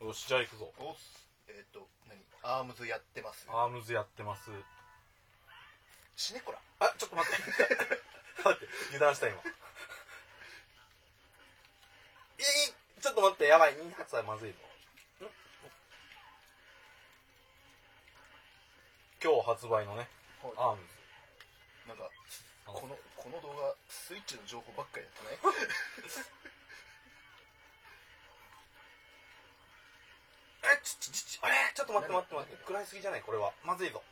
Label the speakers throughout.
Speaker 1: よしじゃあ行くぞ
Speaker 2: おっすえっ、と何アームズやってます
Speaker 1: アームズやってます
Speaker 2: シネコラ
Speaker 1: あちょっと待って 待って油断した今えいちょっと待ってやばい2発はまずいぞん今日発売のねアームズ
Speaker 2: なんか
Speaker 1: あ
Speaker 2: このこの動画スイッチの情報ばっかりやってない
Speaker 1: えちちちちあれちょっと待って待って待って食らいすぎじゃないこれはまずいぞ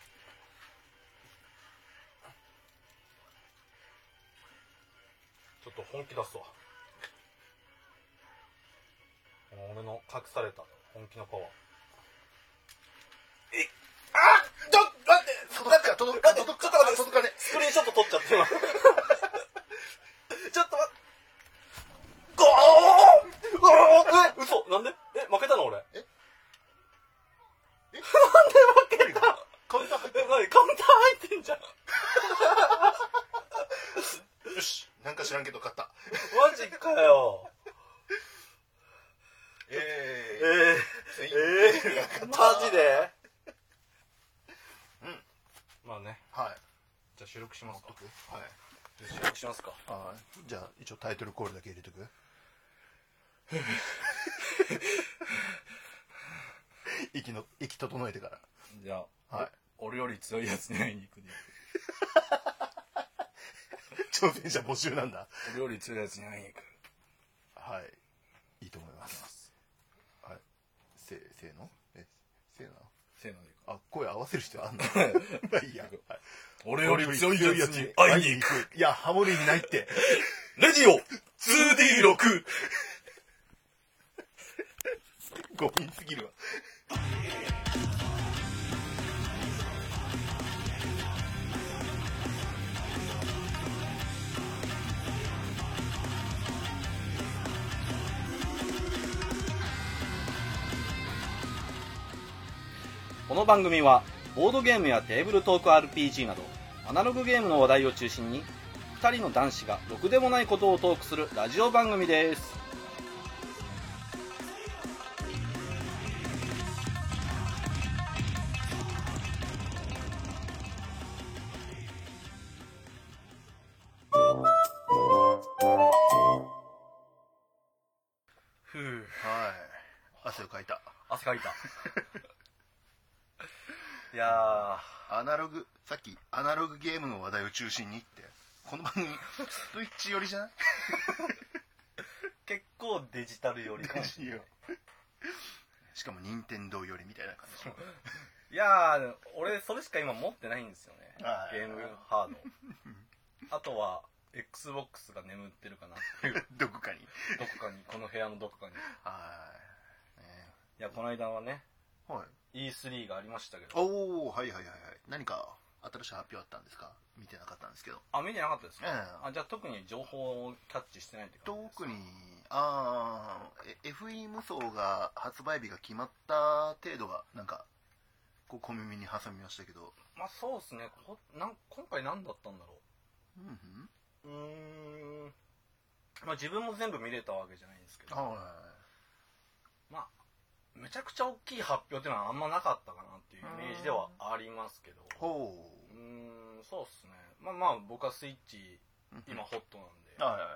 Speaker 1: ちょっと本気出すわこの俺の隠された本気のパワーえいあちょっと待って
Speaker 2: 届くか届くか届くか
Speaker 1: 待って
Speaker 2: 届かね
Speaker 1: スクリーンショット撮っ ちゃって今ちょっと待ってゴーゴーえ嘘なんでえ負けたの俺
Speaker 2: え何がカウンター入っ
Speaker 1: え、
Speaker 2: て
Speaker 1: なにカウンター入ってんじゃん。よし。
Speaker 2: なんか知らんけど勝った
Speaker 1: マジかよ。え
Speaker 2: え
Speaker 1: え
Speaker 2: え
Speaker 1: え
Speaker 2: え
Speaker 1: えマジで
Speaker 2: うん。
Speaker 1: まあね。
Speaker 2: はい
Speaker 1: じゃあ収録しますか。
Speaker 2: はい
Speaker 1: 収録しますか。
Speaker 2: はいじゃあ一応タイトルコールだけ入れとく息の息整えてか
Speaker 3: じゃあ、
Speaker 2: らはい
Speaker 3: 俺より強いやつに会いに行くね。
Speaker 2: 挑戦者募集なんだ
Speaker 3: 俺より強いやつに会いに行く。
Speaker 2: はいいいと思いますはいせせーのえせーの
Speaker 3: せーので行
Speaker 2: あ声合わせる必要あんのまあ いいや、はい
Speaker 3: く。俺より強いやつに会いに行く。
Speaker 2: いやハモる意味ないって
Speaker 3: レディオ 2D6!
Speaker 2: ゴミすぎるわ
Speaker 4: この番組はボードゲームやテーブルトーク RPG などアナログゲームの話題を中心に2人の男子がろくでもないことをトークするラジオ番組です
Speaker 1: ふぅ。
Speaker 2: はい汗をかいた
Speaker 1: 汗かいた。いや
Speaker 2: アナログさっきアナログゲームの話題を中心にってこの番組スイッチ寄りじゃない
Speaker 1: ー、結構デジタル寄りかもしれ
Speaker 2: よしかも任天堂寄りみたいな感じ
Speaker 1: ない。いやー、俺それしか今持ってないんですよね
Speaker 2: は。い
Speaker 1: ゲームハード。あとは、Xbox が眠ってるかなっていう。
Speaker 2: どこかに
Speaker 1: どこかに、この部屋のどこかに。い
Speaker 2: はい、ね
Speaker 1: や、この間はね、
Speaker 2: はい
Speaker 1: E3 がありましたけど。
Speaker 2: おおはいはいはいはい何か新しい発表あったんですか見てなかったんですけど
Speaker 1: あ、見てなかったですか、
Speaker 2: ええ
Speaker 1: あ、じゃあ特に情報をキャッチしてないって感じですか
Speaker 2: 特にああ FE 無双が発売日が決まった程度がなんかこう小耳に挟みましたけど
Speaker 1: まあそうですね。こなん今回何だったんだろ
Speaker 2: うんうん
Speaker 1: う。うーん。まあ自分も全部見れたわけじゃないんですけど、
Speaker 2: は
Speaker 1: まあ、めちゃくちゃ大きい発表っていうのはあんまなかったかなっていうイメージではありますけど。
Speaker 2: いほ
Speaker 1: うーん、そうですね。まあまあ僕はスイッチ
Speaker 2: ううん
Speaker 1: 今ホットなんで。
Speaker 2: はいはいはい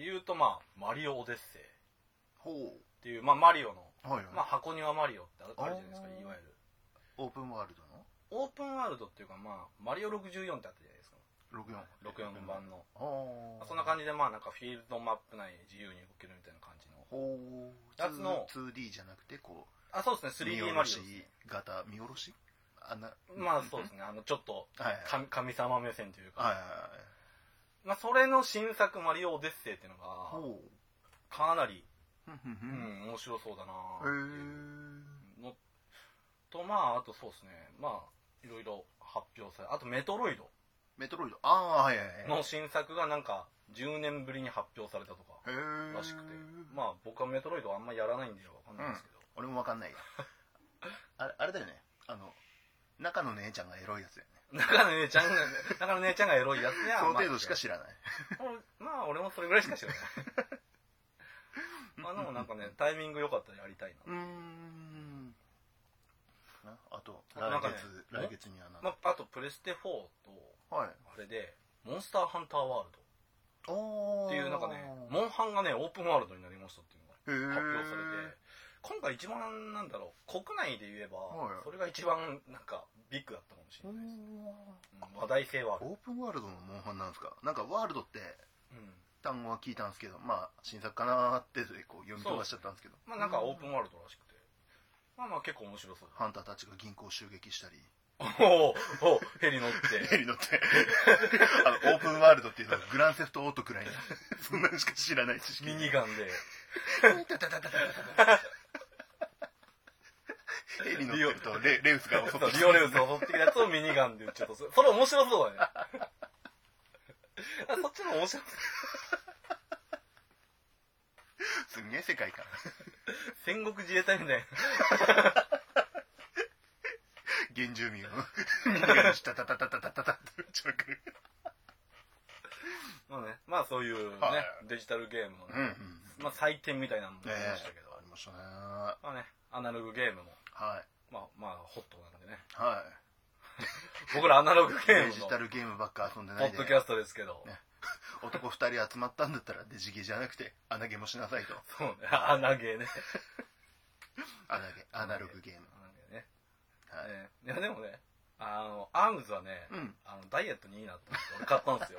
Speaker 1: で言うとまあ、マリオオデッセイっ
Speaker 2: ほ
Speaker 1: ていう、まあマリオの、
Speaker 2: うはいはい、
Speaker 1: まあ箱庭マリオってあるじゃないですか、
Speaker 2: あー
Speaker 1: いわゆる。
Speaker 2: オープンワールドの
Speaker 1: オープンワールドっていうかまあ、マリオ64ってあったじゃないですか。
Speaker 2: 64
Speaker 1: 64版の。
Speaker 2: ほう
Speaker 1: そんな感じで、まあなんかフィールドマップ内自由に動けるみたいな感じの。
Speaker 2: ほう
Speaker 1: やつの
Speaker 2: 2D じゃなくてこう
Speaker 1: あ、そうですね、
Speaker 2: 見
Speaker 1: 3D マ
Speaker 2: 下ろ
Speaker 1: リ
Speaker 2: し
Speaker 1: オですね。
Speaker 2: 型見下ろしあんな
Speaker 1: まあそうですね、あの、ちょっと、
Speaker 2: はいはい
Speaker 1: 神神様目線という
Speaker 2: はい
Speaker 1: か、
Speaker 2: はいはい
Speaker 1: まあそれの新作マリオオデッセイっていうのが、
Speaker 2: ほ
Speaker 1: かなり、
Speaker 2: う
Speaker 1: う
Speaker 2: へ
Speaker 1: ん、面白そうだなっていう
Speaker 2: え
Speaker 1: のと、まああとそうですね、まあ、いろいろ発表され、あとメトロイド
Speaker 2: メトロイドああーはいはいはい
Speaker 1: の新作がなんか、10年ぶりに発表されたとか、
Speaker 2: へえ
Speaker 1: らしくて、まあ僕はメトロイドはあんまやらないんでわかんないんですけど、
Speaker 2: 俺もわかんないやあれあれだよねあの中の姉ちゃんがエロいやつだよね
Speaker 1: 中野姉ちゃんが、 中野姉ちゃんがエロいやつ や。
Speaker 2: その程度しか
Speaker 1: し
Speaker 2: 知らない
Speaker 1: まあ俺もそれぐらいし か知らない。まあでもなんかね、タイミング良かったらやりたいな。
Speaker 2: うーん別にはなん
Speaker 1: まあ、あとプレステ4と
Speaker 2: はい
Speaker 1: あれで「モンスターハンターワールド」
Speaker 2: おー
Speaker 1: っていうなんかねモンハンがねオープンワールドになりましたっていうのが
Speaker 2: へー
Speaker 1: 発表されて今回一番なんだろう国内で言えば、
Speaker 2: はい
Speaker 1: それが一番なんかビッグだったかもしれ
Speaker 2: お
Speaker 1: ないです、
Speaker 2: ー
Speaker 1: うん話題性はある、
Speaker 2: オープンワールドのモンハンなんですかなんかワールドって
Speaker 1: うん
Speaker 2: 単語は聞いたんですけどまあ新作かなーってこう読み逃しちゃったんですけど
Speaker 1: まあなんかオープンワールドらしくてまあまあ結構面 白そう
Speaker 2: ハンターたちが銀行を襲撃したり
Speaker 1: おおおヘリ乗って
Speaker 2: ヘリ乗って あのオープンワールドっていうのはグランセフトオートくらいの そんなのしか知らない知 識
Speaker 1: ミニガンで
Speaker 2: タタタタタタヘリ乗ってるとレレウスが襲
Speaker 1: そ
Speaker 2: って
Speaker 1: う
Speaker 2: きて
Speaker 1: リオレウスが襲ってきたやつをミニガンで撃っちゃったそれそれ面白そうだね あそっちの面白い
Speaker 2: すんげえ世界観
Speaker 1: 戦国自衛隊みたいな
Speaker 2: 原住民をミニガンにタタタタタタタタって撃ちまくる
Speaker 1: まあね、まあそういうね、
Speaker 2: はい
Speaker 1: デジタルゲームの、
Speaker 2: うんうん
Speaker 1: ねまあ祭典みたいなのもあり
Speaker 2: ねえ
Speaker 1: ましたけど、
Speaker 2: ありましたねは
Speaker 1: まあね、アナログゲームも、
Speaker 2: い
Speaker 1: まあまあホットなんでね、
Speaker 2: はい
Speaker 1: 僕らアナログゲーム
Speaker 2: デジタ
Speaker 1: の
Speaker 2: ルゲームばっか遊んで
Speaker 1: ポ
Speaker 2: ない
Speaker 1: ッ
Speaker 2: で
Speaker 1: ドキャストですけど、
Speaker 2: ね男2人集まったんだったらデジゲじゃなくて穴ゲもしなさいと
Speaker 1: そうね、アナゲーね。
Speaker 2: 穴ゲアナログゲーム
Speaker 1: アナゲーね。
Speaker 2: はい、
Speaker 1: ねいやでもね、あの、アームズはね、
Speaker 2: うん
Speaker 1: あのダイエットにいいなって思って俺買ったん ですよ。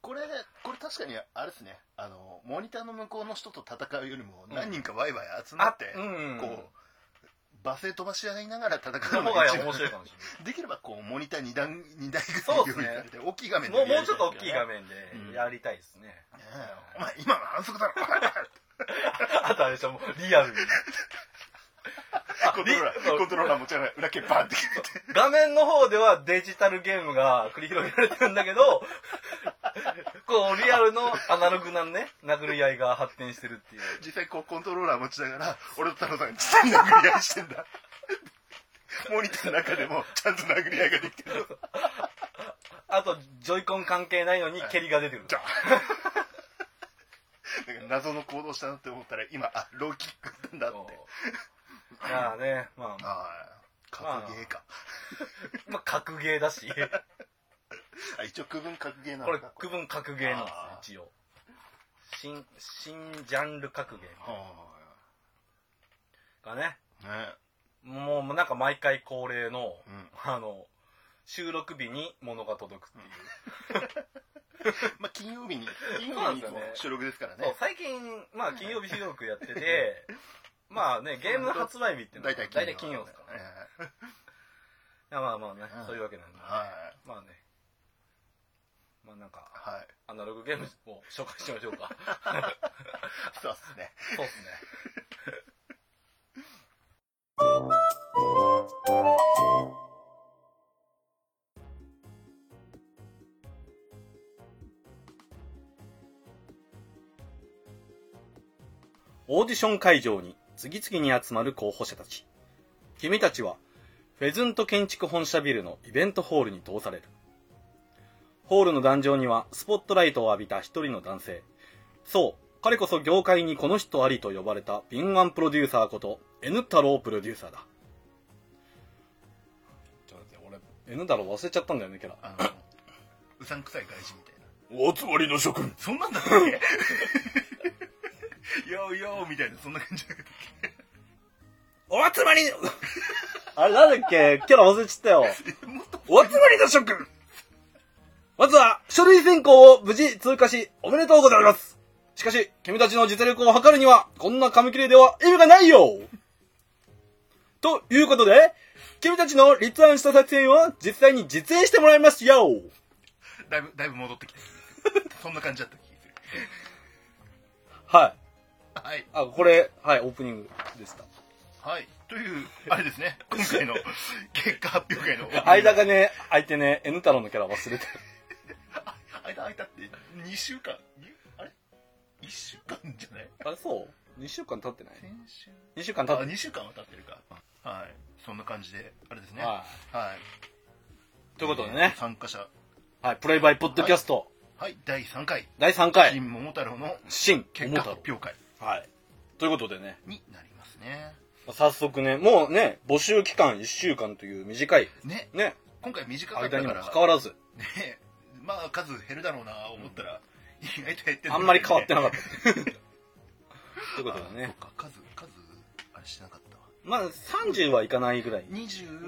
Speaker 2: これこれ確かにあれですねあのモニターの向こうの人と戦うよりも何人かワイワイ集まって、
Speaker 1: うん。
Speaker 2: こう罵声飛ばし合いながら戦
Speaker 1: そうの
Speaker 2: の
Speaker 1: 方
Speaker 2: が
Speaker 1: が
Speaker 2: 一番
Speaker 1: 面白いかもし
Speaker 2: できればこうモニター2段二台ぐら
Speaker 1: そ
Speaker 2: いう
Speaker 1: っす
Speaker 2: 用意
Speaker 1: ね
Speaker 2: されて大きい画
Speaker 1: れ
Speaker 2: 面
Speaker 1: ない。もうもうちょっと大
Speaker 2: やりた
Speaker 1: きい画面でやりたいですね。
Speaker 2: いですねねえお前今の反則だろ
Speaker 1: あとあれでしょ、もうリアルに。あ
Speaker 2: コントローラ
Speaker 1: リそ
Speaker 2: ー
Speaker 1: う
Speaker 2: コントローラー持ちながら裏剣バンって切って
Speaker 1: 画面の方ではデジタルゲームが繰り広げられてるんだけど、こう、リアルのアナログなね、殴り合いが発展してるっていう。
Speaker 2: 実際こうコントローラー持ちながら俺と太郎さんが実際に殴り合いしてんだモニターの中でもちゃんと殴り合いができてる
Speaker 1: あと、ジョイコン関係ないのに蹴りが出てる。
Speaker 2: じゃ なんか謎の行動したなって思ったら今あローキックなんだって
Speaker 1: そうまあね、まあ、
Speaker 2: ああ格ゲーか、
Speaker 1: まあ、格ゲーだし、
Speaker 2: あ、一応区分格ゲーな
Speaker 1: こ
Speaker 2: の
Speaker 1: れ
Speaker 2: か
Speaker 1: 区分格ゲーなん
Speaker 2: あ
Speaker 1: ですよ、一応。新、新ジャンル格ゲ
Speaker 2: は
Speaker 1: ーがね、
Speaker 2: あね
Speaker 1: もうなんか毎回恒例の、
Speaker 2: うん
Speaker 1: あの、収録日に物が届く っていう。
Speaker 2: まあ金曜日に金
Speaker 1: そうな
Speaker 2: 曜
Speaker 1: ん
Speaker 2: 日
Speaker 1: です
Speaker 2: に
Speaker 1: よね
Speaker 2: 収録ですから
Speaker 1: そう
Speaker 2: ね
Speaker 1: 最近、まあ、金曜日収録やって て、まあね、ゲームの発売日っていうのは
Speaker 2: 大体
Speaker 1: 大体金曜ですからね。
Speaker 2: ね
Speaker 1: いやまあまあね、
Speaker 2: うん
Speaker 1: そういうわけなんで、
Speaker 2: はい
Speaker 1: まあね、まあなんか、
Speaker 2: はい
Speaker 1: アナログゲームを紹介しましょうか。
Speaker 2: そうっすね
Speaker 1: そうっすね。
Speaker 4: オーディション会場に次々に集まる候補者たち。君たちは、フェズント建築本社ビルのイベントホールに通される。ホールの壇上にはスポットライトを浴びた一人の男性。そう、彼こそ業界にこの人ありと呼ばれた敏腕プロデューサーこと N 太郎プロデューサーだ。ちょっと待って、俺、N 太郎忘れちゃったんだよね、キャラ。
Speaker 2: あのうさんくさい外人みたいな
Speaker 3: お集まりの諸君。
Speaker 2: そんなんだったっ け よーよーみたいなそんな感じだったっ
Speaker 3: お集まりの、
Speaker 4: あれなんだっけキャラ忘れちゃったよ。
Speaker 3: お集まりの諸君。
Speaker 4: まずは、書類選考を無事通過し、おめでとうございます。しかし、君たちの実力を測るには、こんな紙切れでは意味がないよということで、君たちの立案した作戦を実際に実演してもらいますよ
Speaker 2: けだいぶだいぶ戻っ てきてそんな感じだった気がする
Speaker 4: はい。
Speaker 2: はい
Speaker 4: あ、これ、はい、オープニングでした。
Speaker 2: はいというあれですね今回の結果発表会の
Speaker 4: 間がね、相手ね、N 太郎のキャラ忘れてる。
Speaker 2: 間空いたって2週間にあれ1週間じゃない
Speaker 4: あれ、そう ?2 週間経ってない
Speaker 2: 先週
Speaker 4: ?2 週間経
Speaker 2: あ
Speaker 4: って
Speaker 2: 2週間は経ってるかはいそんな感じであれですね
Speaker 4: ない。は
Speaker 2: はい
Speaker 4: い。ということでね、
Speaker 2: 参加者
Speaker 4: はい、プレイバイポッドキャスト、
Speaker 2: はい第3回
Speaker 4: 第3回、
Speaker 2: 金桃太郎の
Speaker 4: 新、
Speaker 2: 結
Speaker 4: 桃
Speaker 2: 果
Speaker 4: 太
Speaker 2: 発
Speaker 4: 郎。
Speaker 2: 表会
Speaker 4: はい。ということでね、
Speaker 2: になりますね
Speaker 4: 早速ね、もうね、募集期間1週間という短い、
Speaker 2: ね
Speaker 4: ね、
Speaker 2: 今回短かった
Speaker 4: 間
Speaker 2: か
Speaker 4: にも
Speaker 2: ら
Speaker 4: かかわらず、
Speaker 2: ねまあ数減るだろうな思ったら、意外と減って
Speaker 4: あんまり変わって
Speaker 2: な
Speaker 4: なかった。ということで
Speaker 2: そ
Speaker 4: ね
Speaker 2: う。か数数あれしなかったわ
Speaker 4: まあ、30はいかないぐらい。
Speaker 2: 20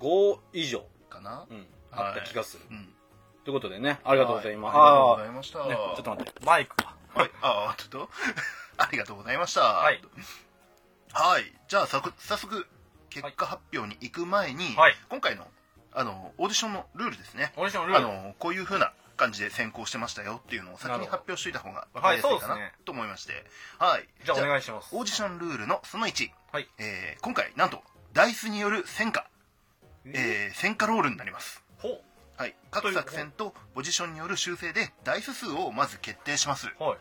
Speaker 4: 25以上、
Speaker 2: かな
Speaker 4: うん、
Speaker 2: はい
Speaker 4: あった気がする。
Speaker 2: うん
Speaker 4: ということでね、ありがとうございます。
Speaker 2: はいありがとうございました、
Speaker 4: あーね、ちょっと待って、マイクが。
Speaker 2: はい、あーちょっと ありがとうございました
Speaker 1: はい
Speaker 2: はいじゃあさく早速結果発表に行く前に、
Speaker 1: はい
Speaker 2: 今回のあのオーディションのルールですね
Speaker 1: オーディションルー
Speaker 2: あ
Speaker 1: ル。
Speaker 2: のこういう風な感じで先行してましたよっていうのを先に発表しておいた方が分かりやすいかなと思いましてはい
Speaker 1: じゃあお願いします。
Speaker 2: オーディションルールのその1、
Speaker 1: はい
Speaker 2: えー今回なんとダイスによる戦果、えー戦果ロールになります、
Speaker 1: ほ
Speaker 2: はい、
Speaker 1: とい
Speaker 2: 各
Speaker 1: う
Speaker 2: 作戦とポジションによる修正でダイス数をまず決定します
Speaker 1: はい。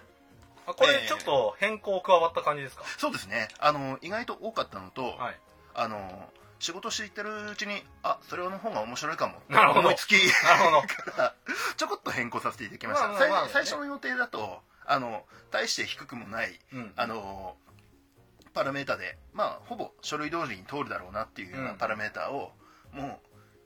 Speaker 1: あこ
Speaker 2: え
Speaker 1: れ
Speaker 2: ー
Speaker 1: ちょっと変更加わった感じですか
Speaker 2: そうですねあの意外と多かったのと、
Speaker 1: はい。
Speaker 2: あの仕事していってるうちにあそれの方が面白いかも
Speaker 1: なるほど
Speaker 2: 思いつき
Speaker 1: なるほど。
Speaker 2: からちょこっと変更させていただきました、
Speaker 1: まあまあまあ
Speaker 2: 最最初の予定だとあの大して低くもない
Speaker 1: うん
Speaker 2: あのパラメータで、まあ、ほぼ書類通りに通るだろうなっていうような
Speaker 1: うん
Speaker 2: パラメータを、も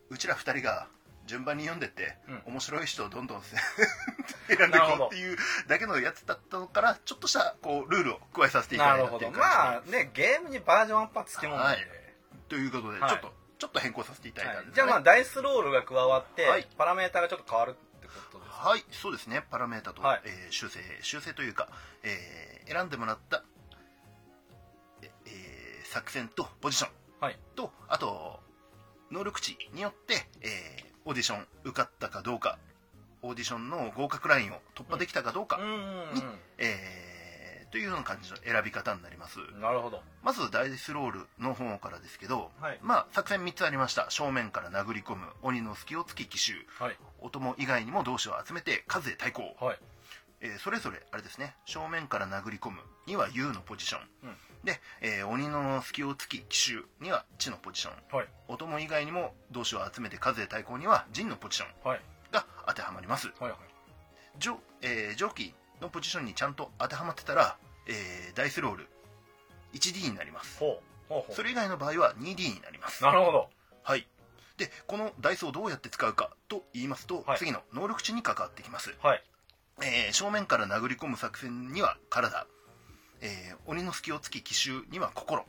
Speaker 2: ううちら2人が順番に読んでって、
Speaker 1: う
Speaker 2: 面白い人をどんどん 選んでい
Speaker 1: なるほ
Speaker 2: こ
Speaker 1: ど
Speaker 2: うっていうだけのやつだったのからちょっとしたこうルールを加えさせてい
Speaker 1: な
Speaker 2: ただ
Speaker 1: る
Speaker 2: いた
Speaker 1: ほ
Speaker 2: ってい
Speaker 1: ど。
Speaker 2: う感じ、
Speaker 1: まあね、ゲームにバージョンアップはつきものなんで。
Speaker 2: はいということで、
Speaker 1: はい
Speaker 2: ちょっとちょっと変更させていただいたん
Speaker 1: はい
Speaker 2: です、
Speaker 1: じ
Speaker 2: ね
Speaker 1: ゃあまあ、ダイスロールが加わって、
Speaker 2: はい
Speaker 1: パラメータがちょっと変わるってことです。
Speaker 2: はいそうですねパラメータと、
Speaker 1: はい
Speaker 2: えー修正修正というか、えー選んでもらった、ええー作戦とポジション
Speaker 1: はい。
Speaker 2: とあと能力値によって、えーオーディション受かったかどうかオーディションの合格ラインを突破できたかどうか、
Speaker 1: うんうん
Speaker 2: えーというような感じの選び方になります
Speaker 1: うん。なるほど。
Speaker 2: まずダイスロールの方からですけど、
Speaker 1: はい
Speaker 2: まあ作戦3つありました正面から殴り込む鬼の隙を突き奇襲
Speaker 1: はい。
Speaker 2: お供以外にも同志を集めて数で対抗、
Speaker 1: はい。
Speaker 2: えーそれぞれあれですね正面から殴り込むには U のポジション、
Speaker 1: うん
Speaker 2: で、えー鬼の隙を突き奇襲には地のポジション
Speaker 1: はい。
Speaker 2: お供以外にも同志を集めて数で対抗には陣のポジション
Speaker 1: はい。
Speaker 2: が当てはまります
Speaker 1: はい。はい。
Speaker 2: 上,、えー上記のポジションにちゃんと当てはまってたら、えーダイスロール 1D になります
Speaker 1: ほう。ほうほう。
Speaker 2: それ以外の場合は 2D になります
Speaker 1: なるほど。
Speaker 2: はいでこのダイスをどうやって使うかと言いますと、
Speaker 1: はい
Speaker 2: 次の能力値に関わってきます、
Speaker 1: はい。
Speaker 2: えー正面から殴り込む作戦には体、えー鬼の隙を突き奇襲には心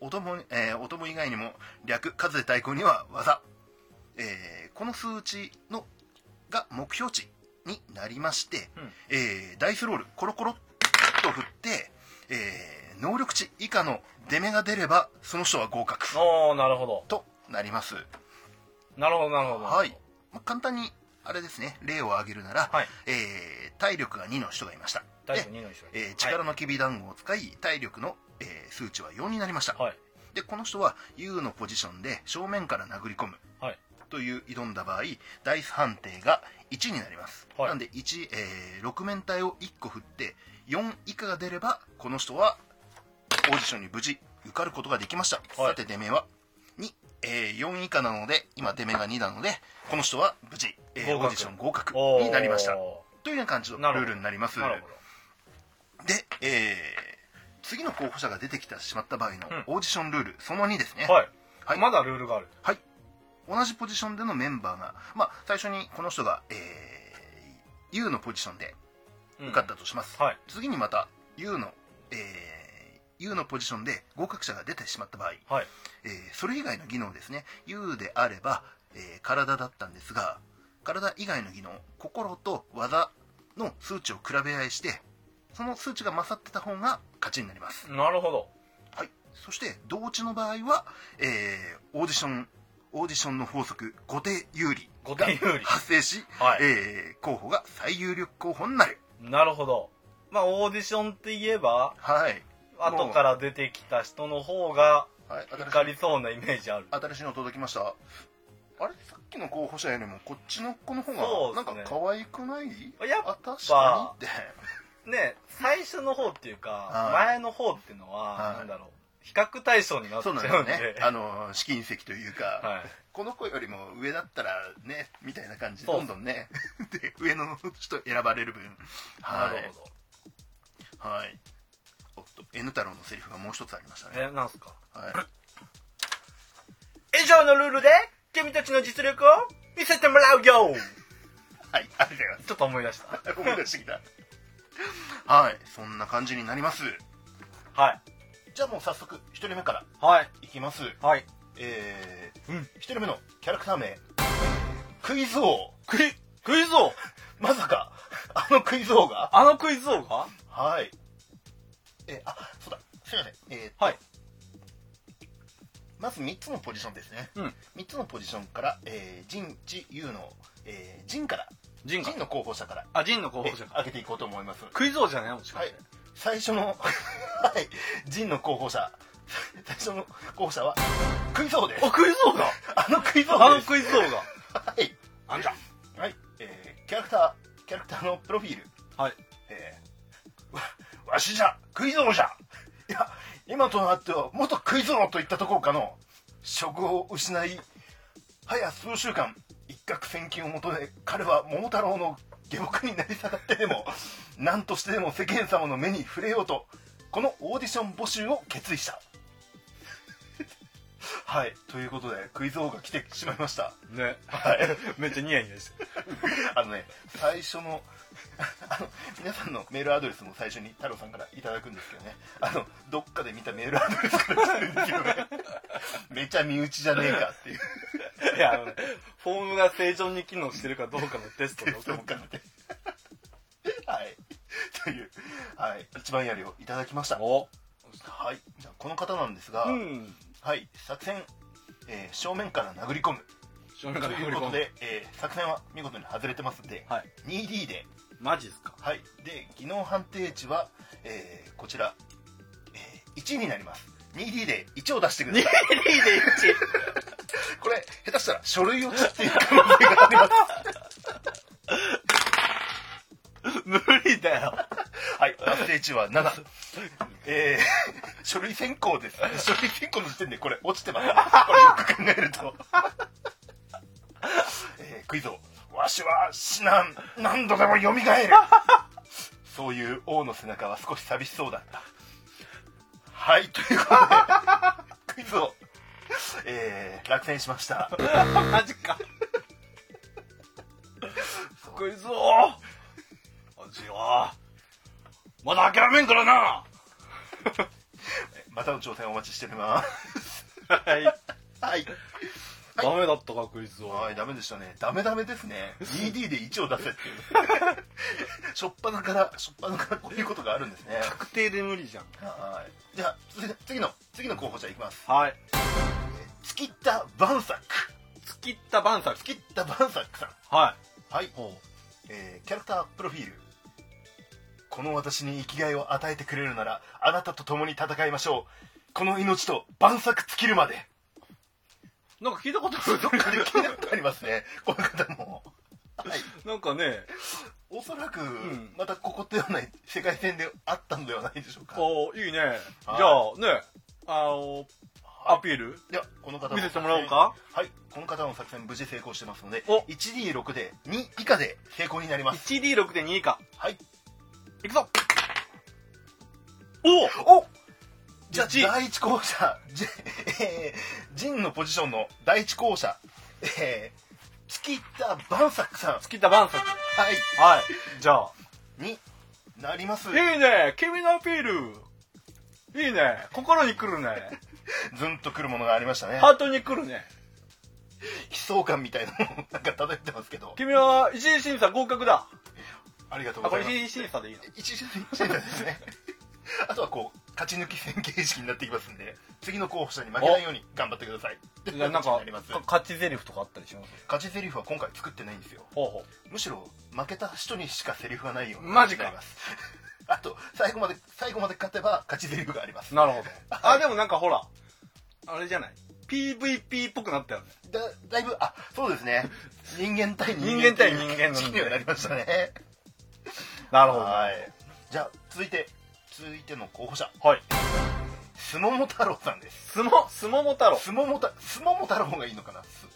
Speaker 2: お供,、えーお供以外にも略数で対抗には技、えーこの数値のが目標値になりまして、
Speaker 1: うん
Speaker 2: えーダイスロールコロコロっと振って、えー能力値以下の出目が出ればその人は合格
Speaker 1: おー、なるほど。
Speaker 2: となります
Speaker 1: なるほど、なるほど。
Speaker 2: はい、まあ簡単にあれですね例を挙げるなら、
Speaker 1: はい
Speaker 2: えー体力が2の人がいました
Speaker 1: タイ
Speaker 2: で
Speaker 1: プ2の一緒に。
Speaker 2: えー力のきび団子を使い体力の、えー数値は4になりました、
Speaker 1: はい。
Speaker 2: でこの人は U のポジションで正面から殴り込む
Speaker 1: はい。
Speaker 2: という挑んだ場合ダイス判定が1になります、
Speaker 1: はい
Speaker 2: なんで1、え6面体を1個振って4以下が出ればこの人はオーディションに無事受かることができました、
Speaker 1: はい
Speaker 2: さて出目は2、え4以下なので今出目が2なのでこの人は無事、えー
Speaker 1: 合格
Speaker 2: オーディション合格
Speaker 1: おー
Speaker 2: になりましたというような感じのル
Speaker 1: なるほ
Speaker 2: ー
Speaker 1: ど
Speaker 2: ルになります
Speaker 1: なるほ
Speaker 2: で、えー次の候補者が出てきてしまった場合の
Speaker 1: うん
Speaker 2: オーディションルール、その2ですね、
Speaker 1: ど。はい。
Speaker 2: はい
Speaker 1: まだルールがある。
Speaker 2: 同じポジションでのメンバーが、まあ、最初にこの人が、えー U のポジションで
Speaker 1: 受
Speaker 2: 受かった。とします、
Speaker 1: はい。
Speaker 2: 次にまた U の、えー U のポジションで合格者が出てしまった場合、
Speaker 1: はい。
Speaker 2: えーそれ以外の技能ですね U であれば、えー体だったんですが体以外の技能心と技の数値を比べ合いしてその数値が勝ってた方が勝ちになります
Speaker 1: なるほど。
Speaker 2: はい、そして同値の場合は、えーオーディションオーディションの法則後手有利
Speaker 1: 後手有利
Speaker 2: 発生し、
Speaker 1: はい
Speaker 2: えー候補が最有力候補になる
Speaker 1: なるほど。まあ、オーディションって言えば、
Speaker 2: はい、
Speaker 1: 後から出てきた人の方が
Speaker 2: はい、
Speaker 1: 受
Speaker 2: 新し
Speaker 1: か
Speaker 2: い
Speaker 1: りそうなイメージある。
Speaker 2: 新しいの届きましたあれさっきの候補者よりもこっちの子の方
Speaker 1: そう
Speaker 2: が
Speaker 1: っ
Speaker 2: な
Speaker 1: す
Speaker 2: ん
Speaker 1: ね
Speaker 2: か可愛くない
Speaker 1: やっぱ
Speaker 2: あ確かにって
Speaker 1: ね、最初の方っていうか、
Speaker 2: はい
Speaker 1: 前の方っていうの
Speaker 2: は
Speaker 1: は、
Speaker 2: い
Speaker 1: なんだろう。比較対象になっちゃ
Speaker 2: そううんなん
Speaker 1: で。
Speaker 2: ですよねあの試金石というか、
Speaker 1: はい。
Speaker 2: この子よりも上だったらねみたいな感じで
Speaker 1: そう
Speaker 2: どんどんね で上の人選ばれる分
Speaker 1: なるほ
Speaker 2: はい、はい、おっ N 太郎のセリフがもう一つありましたね、
Speaker 1: え、なんすか
Speaker 2: はい、
Speaker 1: 以上のルールで、君たちの実力を見せてもらうよ
Speaker 2: はい、ありがとうございます
Speaker 1: ちょっと思い出した。
Speaker 2: 思い出してきたはいそんな感じになります
Speaker 1: はい。
Speaker 2: じゃあもう早速1人目から
Speaker 1: はい。
Speaker 2: いきます
Speaker 1: はい。
Speaker 2: えー
Speaker 1: うん
Speaker 2: 1人目のキャラクター名クイズ王
Speaker 1: クイ、クイズ王
Speaker 2: まさかあのクイズ王が
Speaker 1: あのクイズ王が
Speaker 2: はいえーあそうだすいませんえーっと
Speaker 1: はい
Speaker 2: まず3つのポジションですね、
Speaker 1: うん
Speaker 2: 3つのポジションから、えー、陣地優の、えー、陣から
Speaker 1: ジンが
Speaker 2: 陣。の候補者から
Speaker 1: あ、ジンの候
Speaker 2: え
Speaker 1: 補者
Speaker 2: ー
Speaker 1: か。
Speaker 2: 上げていこうと思います
Speaker 1: クイズ王じゃないもしか
Speaker 2: は
Speaker 1: し
Speaker 2: い
Speaker 1: て。、
Speaker 2: 最初の、 はい、陣の候補者、 最初の候補者は、クイズ王です
Speaker 1: あ、。クイズ王が
Speaker 2: あのクイズ王
Speaker 1: あの
Speaker 2: です。
Speaker 1: クイズ王が。
Speaker 2: はい、
Speaker 1: なんじゃ。
Speaker 2: はい、えー、キャラクター、キャラクターのプロフィール、
Speaker 1: はい。
Speaker 2: えー、わ、わしじゃ、クイズ王じゃ。いや、今となっては、元クイズ王といったところかの、職を失い、早数週間、一攫千金を求め、彼は桃太郎の下僕になり下がってでも、 何としてでも世間様の目に触れようと、このオーディション募集を決意した。はい、ということで、クイズ王が来てしまいました。
Speaker 1: ね。
Speaker 2: はい。
Speaker 1: めっちゃニヤニヤして。
Speaker 2: あのね、最初の、あの、皆さんのメールアドレスも最初に太郎さんからいただくんですけどね、あの、どっかで見たメールアドレスから来てるんですよね。めちゃ身内じゃねえかっていう。
Speaker 1: いや、あのね、フォームが正常に機能してるかどうかのテストで送
Speaker 2: ど
Speaker 1: っ
Speaker 2: っかで。はい。という、はい。一番やりをいただきました。は
Speaker 1: お
Speaker 2: い。じゃあこの方なんですが、
Speaker 1: うん。
Speaker 2: はい。作戦、えー正面から殴り込む。
Speaker 1: 正面
Speaker 2: と
Speaker 1: から
Speaker 2: い
Speaker 1: 振
Speaker 2: う
Speaker 1: り
Speaker 2: こ
Speaker 1: 込
Speaker 2: と
Speaker 1: んで。
Speaker 2: で、えー作戦は見事に外れてますんで、
Speaker 1: はい。
Speaker 2: 2D で
Speaker 1: マジっすか
Speaker 2: はい、で技能判定値は、えーこちら、えー1になります 2D で1を出してください
Speaker 1: ?2D で
Speaker 2: これ下手したら書類を切っていく可能性があります
Speaker 1: 1! 無理だよ。
Speaker 2: はい判定値は7えー、書類選考です書類選考の時点でこれ落ちてますこれよく考えると、えークイズをわしは死なん何度でも蘇るそういう王の背中は少し寂しそうだったはいということでクイズを、えー落選しました
Speaker 1: マジか。クイズ王マジよ。まだ諦めんからな
Speaker 2: またの挑戦お待ちしております
Speaker 1: はい。
Speaker 2: はい
Speaker 1: ダメだったか、クイズ王。
Speaker 2: はい、ダメでしたね。ダメダメ ですね。2D で1を出せ っていう。しょっぱなから、しょっぱなからこういうことがあるんですね。
Speaker 1: 確定で無理じゃん。
Speaker 2: はい。じゃあ、次の次の、次の候補者いきます。
Speaker 1: はい。
Speaker 2: 月田晩作。
Speaker 1: 突きった晩作。
Speaker 2: 月田晩作さん。
Speaker 1: は
Speaker 2: はい
Speaker 1: い。。ほ
Speaker 2: えー、キャラクタープロフィール。この私に生きがいを与えてくれるなら、あなたと共に戦いましょう。この命と晩作尽きるまで。
Speaker 1: う。なんか聞いたことある。
Speaker 2: どっかで聞いたことありますね。この方も。はい。
Speaker 1: なんかね、
Speaker 2: おそらく、
Speaker 1: ん
Speaker 2: またここってような世界戦であったのではないでしょうか。
Speaker 1: おいいね。じゃあ、ね、あの、アピール
Speaker 2: いや、この方の
Speaker 1: 見せてもらおうか
Speaker 2: はい、この方の作戦無事成功してますので
Speaker 1: お、
Speaker 2: 1D6 で2以下で成功になります。
Speaker 1: ?1D6 で2以下。
Speaker 2: はい。
Speaker 1: いくぞお
Speaker 2: おじゃあ、
Speaker 1: 一
Speaker 2: 第一候補者、じえー、陣のポジションの第一候補者、えー、月田晩作さん。は
Speaker 1: 突きった晩作。
Speaker 2: い。
Speaker 1: はい。じゃあ。
Speaker 2: になります。
Speaker 1: いいね君のアピールいいね心に来るね
Speaker 2: ずんとくるものがありましたね。
Speaker 1: ハートに来るね
Speaker 2: 悲壮感みたいなのもなんか漂ってますけど。
Speaker 1: 君は一次審査合格だ
Speaker 2: ありがとう
Speaker 1: あ
Speaker 2: ご
Speaker 1: こ
Speaker 2: ざい
Speaker 1: れ
Speaker 2: ま
Speaker 1: 一次
Speaker 2: す。
Speaker 1: 審査でいいの
Speaker 2: 一時一時ですねあとはこう勝ち抜き戦形式になってきますんで次の候補者に負けないように頑張ってください
Speaker 1: いや なん
Speaker 2: という形に
Speaker 1: か
Speaker 2: ります
Speaker 1: か勝ち台詞とかあったりします
Speaker 2: 勝ち台詞は今回作ってないんですよ
Speaker 1: ほうほ
Speaker 2: むしろ負けた人にしか台詞がないような
Speaker 1: マジか
Speaker 2: になります あと最後まで最後まで勝てば勝ち台詞があります
Speaker 1: うなるほどあでもなんかほらあれじゃない PVP っぽくなったよね
Speaker 2: だだいぶあそうですね人間対人間
Speaker 1: 人間対人間なんで
Speaker 2: のにはなりましたね
Speaker 1: なる
Speaker 2: はいじゃあ続いて続いての候補者
Speaker 1: どはい
Speaker 2: すもも太郎さんです
Speaker 1: 相撲相撲も太郎
Speaker 2: すももたすもも太郎がいいのかなす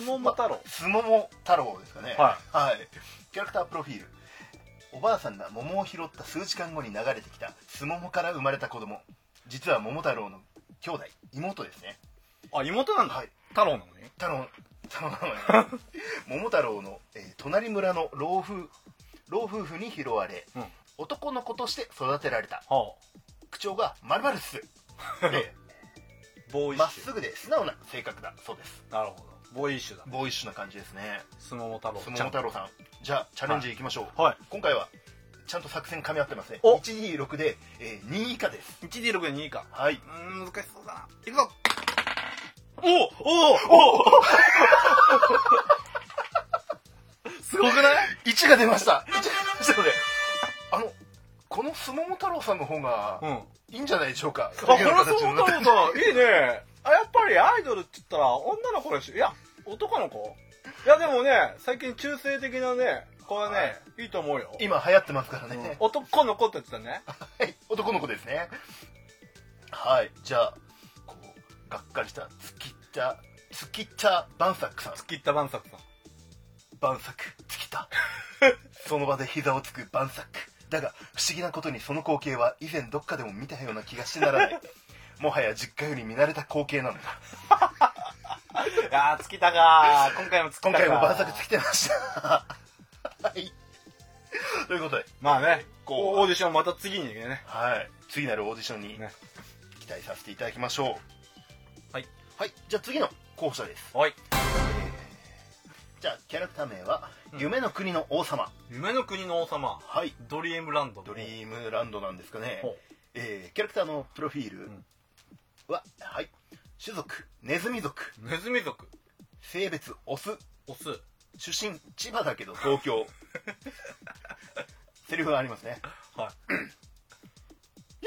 Speaker 1: 相撲も太郎
Speaker 2: すもも太郎ですかね、
Speaker 1: はい
Speaker 2: キャラクタープロフィールおばあさんが桃を拾った数時間後に流れてきたすももから生まれた子供実は桃太郎の兄弟妹ですね
Speaker 1: あ、妹なんだ。
Speaker 2: はい
Speaker 1: 太郎なのね。
Speaker 2: 太郎太郎なのよ 桃太郎の、えー隣村の老夫老夫婦に拾われ、
Speaker 1: うん
Speaker 2: 男の子として育てられた
Speaker 1: はあ。
Speaker 2: 口調がまるまる っすで
Speaker 1: ボーイ
Speaker 2: ま
Speaker 1: ッ
Speaker 2: っ
Speaker 1: シ
Speaker 2: すぐで素直な性格だそうです
Speaker 1: ュ。なるほど。ボーイッシュだね。
Speaker 2: ボーイッシュな感じですね
Speaker 1: 相撲太郎。
Speaker 2: 相撲太郎さんじゃあチャレンジいきましょう、
Speaker 1: はい。
Speaker 2: 今回はちゃんと作戦噛み合ってますね
Speaker 1: お
Speaker 2: 126で、えー2以下です
Speaker 1: 1 d 6で2位か。
Speaker 2: はいう
Speaker 1: ーん、難しそうだな。いくぞおおおお すごくない
Speaker 2: 1が出ました1が出ましたのであのこのすもも太郎さんの方が
Speaker 1: うん。あ、
Speaker 2: いいんじゃないでしょうか、
Speaker 1: これ
Speaker 2: いうような
Speaker 1: 相
Speaker 2: 形に
Speaker 1: 撲
Speaker 2: なっ
Speaker 1: 太
Speaker 2: て
Speaker 1: 郎さん、いいね。あ、やっぱりアイドルって言ったら女の子でしょ。いや、男の子いや、でもね、最近中性的なね、これね、、
Speaker 2: はい
Speaker 1: いと思うよ。
Speaker 2: 今流行ってますからね、
Speaker 1: 男の子って言ってたね。
Speaker 2: はい男の子ですねはいじゃあこうがっかりした月田月田晩作さん
Speaker 1: 切った万作さん。
Speaker 2: 晩作月田その場で膝をつく晩作だが不思議なことにその光景は以前どっかでも見たような気がしてならないもはや実家より見慣れた光景なのだ
Speaker 1: いやー、月田かー。今回も月田
Speaker 2: 今
Speaker 1: か
Speaker 2: 回も晩作つきてましたはいということで
Speaker 1: まあね、
Speaker 2: こ
Speaker 1: こ
Speaker 2: う
Speaker 1: う、オーディションまた次にね。
Speaker 2: はい、次なるオーディションに
Speaker 1: ね
Speaker 2: 期待させていただきましょう
Speaker 1: はい、
Speaker 2: はい、じゃあ次の候補者です
Speaker 1: はい。
Speaker 2: じゃあキャラクター名は「夢の国の王様」
Speaker 1: 夢の国の王様、
Speaker 2: はい
Speaker 1: ドリームランド。
Speaker 2: ドリームランドなんですかね
Speaker 1: ほう、
Speaker 2: えーキャラクターのプロフィール
Speaker 1: ん
Speaker 2: は、はい種族ネズミ族
Speaker 1: ネズミ族、
Speaker 2: 性別オス
Speaker 1: オス。
Speaker 2: 出身千葉だけど東 京セリフがありますね
Speaker 1: はい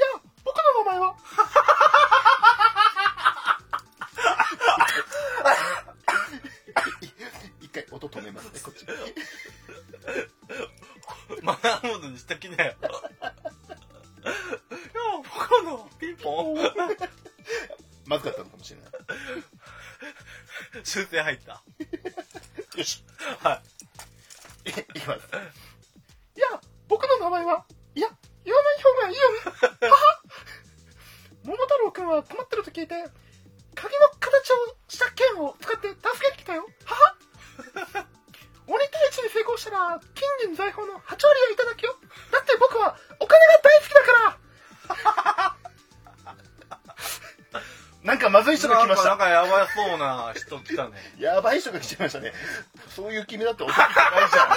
Speaker 2: や僕の名前は 一回音止めますねこっち
Speaker 1: い。マナーモードにしたきなよ。い や、僕のピンポン。
Speaker 2: まずかったのかもしれない
Speaker 1: 修正入った。
Speaker 2: よし
Speaker 1: はい
Speaker 2: いきますいや僕の名前はいや言わない方がいいよねはは桃太郎くんは困ってると聞いて鍵の形をした剣を使って助けに来たよはは鬼退治に成功したら金銀財宝の8割をいただくよだって僕はお金が大好きだから なんかまずい。人が来まし
Speaker 1: なん
Speaker 2: た
Speaker 1: かやばそうな人来たね。
Speaker 2: やばい人が来ちゃいましたね。そういう君だっておかしくな いじゃ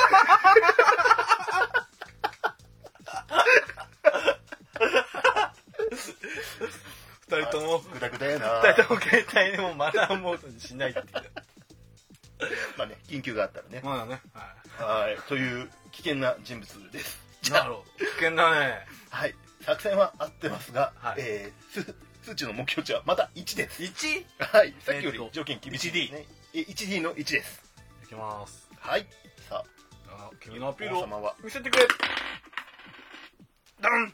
Speaker 1: 二人とも、
Speaker 2: ん。ぐだぐだやな。
Speaker 1: 二人とも携帯でもマナーモードにしないっていう。
Speaker 2: まあね、緊急があったらね。
Speaker 1: まあね。は
Speaker 2: はい。という危険な人物です。
Speaker 1: い。なるほど。危険だね。
Speaker 2: はい。作戦は合ってますが、
Speaker 1: はい
Speaker 2: えー、数数値の目標値はまた1です。
Speaker 1: 1? い
Speaker 2: はい。さっきより
Speaker 1: えっと
Speaker 2: 条件厳しいですね。え 1D の1です。
Speaker 1: きます。
Speaker 2: はい。さあ、
Speaker 1: あ君のアピール
Speaker 2: 王
Speaker 1: を
Speaker 2: 様は
Speaker 1: 見せてくれ。ダン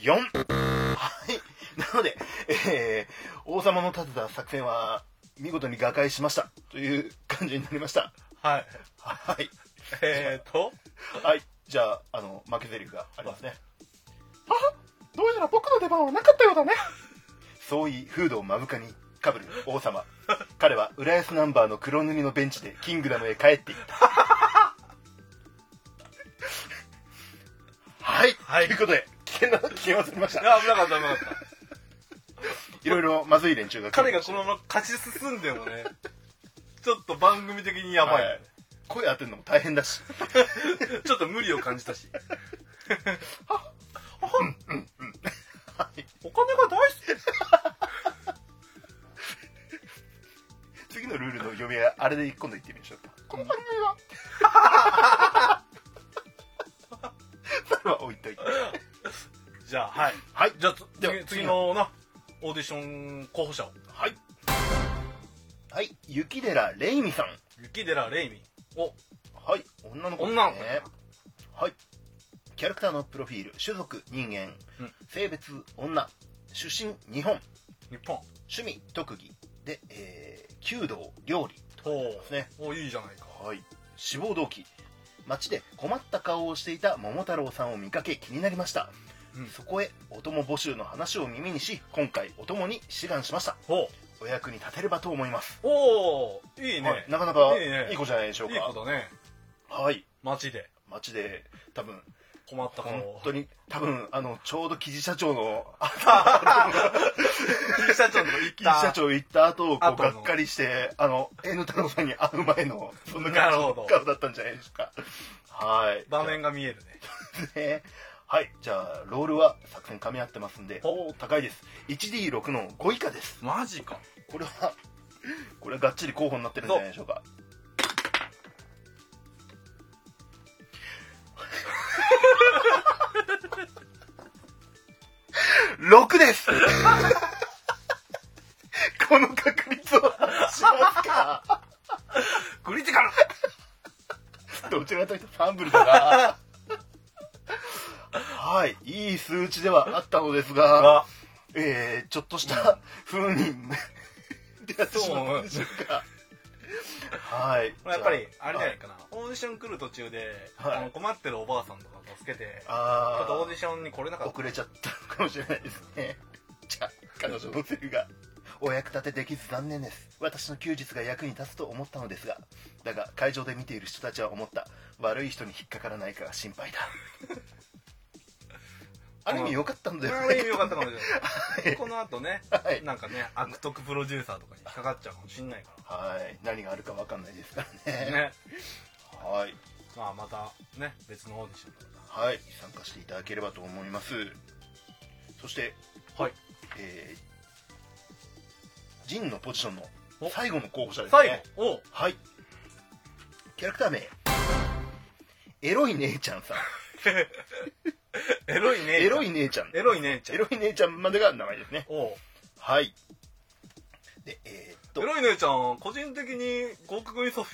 Speaker 2: 4。はい。なので、えー、王様の立てた作戦は、見事に瓦解しました。という感じになりました。
Speaker 1: はい。
Speaker 2: はい。
Speaker 1: えーと、
Speaker 2: はい、じゃあ、あの、負け台詞がありますね。
Speaker 5: どうやら僕の出番はなかったようだね。
Speaker 2: そういフードを目深にかぶる王様。彼は浦安ナンバーの黒塗りのベンチでキングダムへ帰って いった。はい、ということで、危険な、危険は取りまし
Speaker 1: い
Speaker 2: た。
Speaker 1: や、危なかった危なかった。
Speaker 2: いろいろまずい連中が来
Speaker 1: 彼
Speaker 2: るか
Speaker 1: が
Speaker 2: も
Speaker 1: この
Speaker 2: しれない。
Speaker 1: まま勝ち進んでもね、ちょっと番組的にやばい。
Speaker 2: はい声当てるのも大変だし。
Speaker 1: ちょっと無理を感じた し。お金が大好
Speaker 2: 次のルールの読みは、あれで今度言ってみましょうか。
Speaker 5: この番組は
Speaker 2: それは置いといて。
Speaker 1: き。じゃあ、はい。
Speaker 2: はい、
Speaker 1: じゃあ、つ
Speaker 2: では
Speaker 1: 次次のな、オーディション候補者を。
Speaker 2: はい。はい、雪寺レイミさん。
Speaker 1: 雪寺レイミ。お、
Speaker 2: はい、女の子ですね。
Speaker 1: 女の子
Speaker 2: はい。キャラクターのプロフィール、種族、人間、
Speaker 1: うん
Speaker 2: 性別、女、出身、日本、
Speaker 1: 日本。
Speaker 2: 趣味、特技、で、えー、弓道、料理、
Speaker 1: お
Speaker 2: ね
Speaker 1: おいいじゃないか。
Speaker 2: はい、志望動機、街で困った顔をしていた桃太郎さんを見かけ気になりました、
Speaker 1: うん
Speaker 2: そこへお供募集の話を耳にし今回お供に志願しました
Speaker 1: ほう
Speaker 2: お役に立てればと思います
Speaker 1: おーいいね、
Speaker 2: はい
Speaker 1: い、
Speaker 2: なかなか
Speaker 1: いいね
Speaker 2: いい子じゃないでしょうか
Speaker 1: いことね
Speaker 2: はい
Speaker 1: 街で
Speaker 2: 街で多分
Speaker 1: 困った顔
Speaker 2: 本
Speaker 1: を
Speaker 2: 当に多分あのちょうど記事社長のあ
Speaker 1: 記事社長のとこ行っ
Speaker 2: 記
Speaker 1: た
Speaker 2: 事社長行った後こう
Speaker 1: 後
Speaker 2: が
Speaker 1: の
Speaker 2: っかりしてあの N 太郎さんに会う前のそんな
Speaker 1: な
Speaker 2: 感じ
Speaker 1: る
Speaker 2: の
Speaker 1: ほど
Speaker 2: 顔だったんじゃないですかはい
Speaker 1: 場面が見えるね
Speaker 2: ねはいじゃあロールは作戦噛み合ってますんで
Speaker 1: お
Speaker 2: 高いです 1D6 の5以下です
Speaker 1: マジか
Speaker 2: これは これはがっちり候補になってるんじゃないでしょうか6です この確率はしますか
Speaker 1: クリティカル
Speaker 2: どちらかというとファンブルだな。はい、いい数値ではあったのですが、
Speaker 1: あ
Speaker 2: えー、ちょっとした不運に出会ってしまったんでしょうか。はい。
Speaker 1: これやっぱり
Speaker 2: じゃ
Speaker 1: あれじゃないかな、オーディション来る途中で、
Speaker 2: はい
Speaker 1: あの困ってるおばあさんとか助けてちょ
Speaker 2: あ
Speaker 1: っとオーディションに来れなか
Speaker 2: あ
Speaker 1: っ
Speaker 2: ー、
Speaker 1: た
Speaker 2: 遅れちゃったのかもしれないですね。じゃあ、彼女のセリフが。お役立てできず残念です私の休日が役に立つと思ったのですがだが会場で見ている人たちは思った悪い人に引っかからないかが心 配だある意味良かったのでは
Speaker 1: こ
Speaker 2: ない
Speaker 1: れ
Speaker 2: か
Speaker 1: 意味よかったかもしれない。この後ね、
Speaker 2: はい
Speaker 1: なんかね、悪徳プロデューサーとかに引っかかっちゃうかもしんないか
Speaker 2: はい何があるかわかんないですから
Speaker 1: ら。
Speaker 2: ね
Speaker 1: ね。
Speaker 2: はい、
Speaker 1: まあまた、ね、別のオーディションとか。
Speaker 2: はい、参加していただければと思いますそして
Speaker 1: はい
Speaker 2: えー、ジンのポジションの最後の候補者です
Speaker 1: 最
Speaker 2: ね
Speaker 1: 後、お
Speaker 2: はいキャラクター名エロい姉ちゃんさん
Speaker 1: エロいね。
Speaker 2: エロい
Speaker 1: ね。
Speaker 2: 姉ちゃん
Speaker 1: エロいねちゃん。
Speaker 2: エロい姉ちゃんまでが名前ですね
Speaker 1: お
Speaker 2: はいでえーっと
Speaker 1: エロいねちゃん、個人的に合格にそ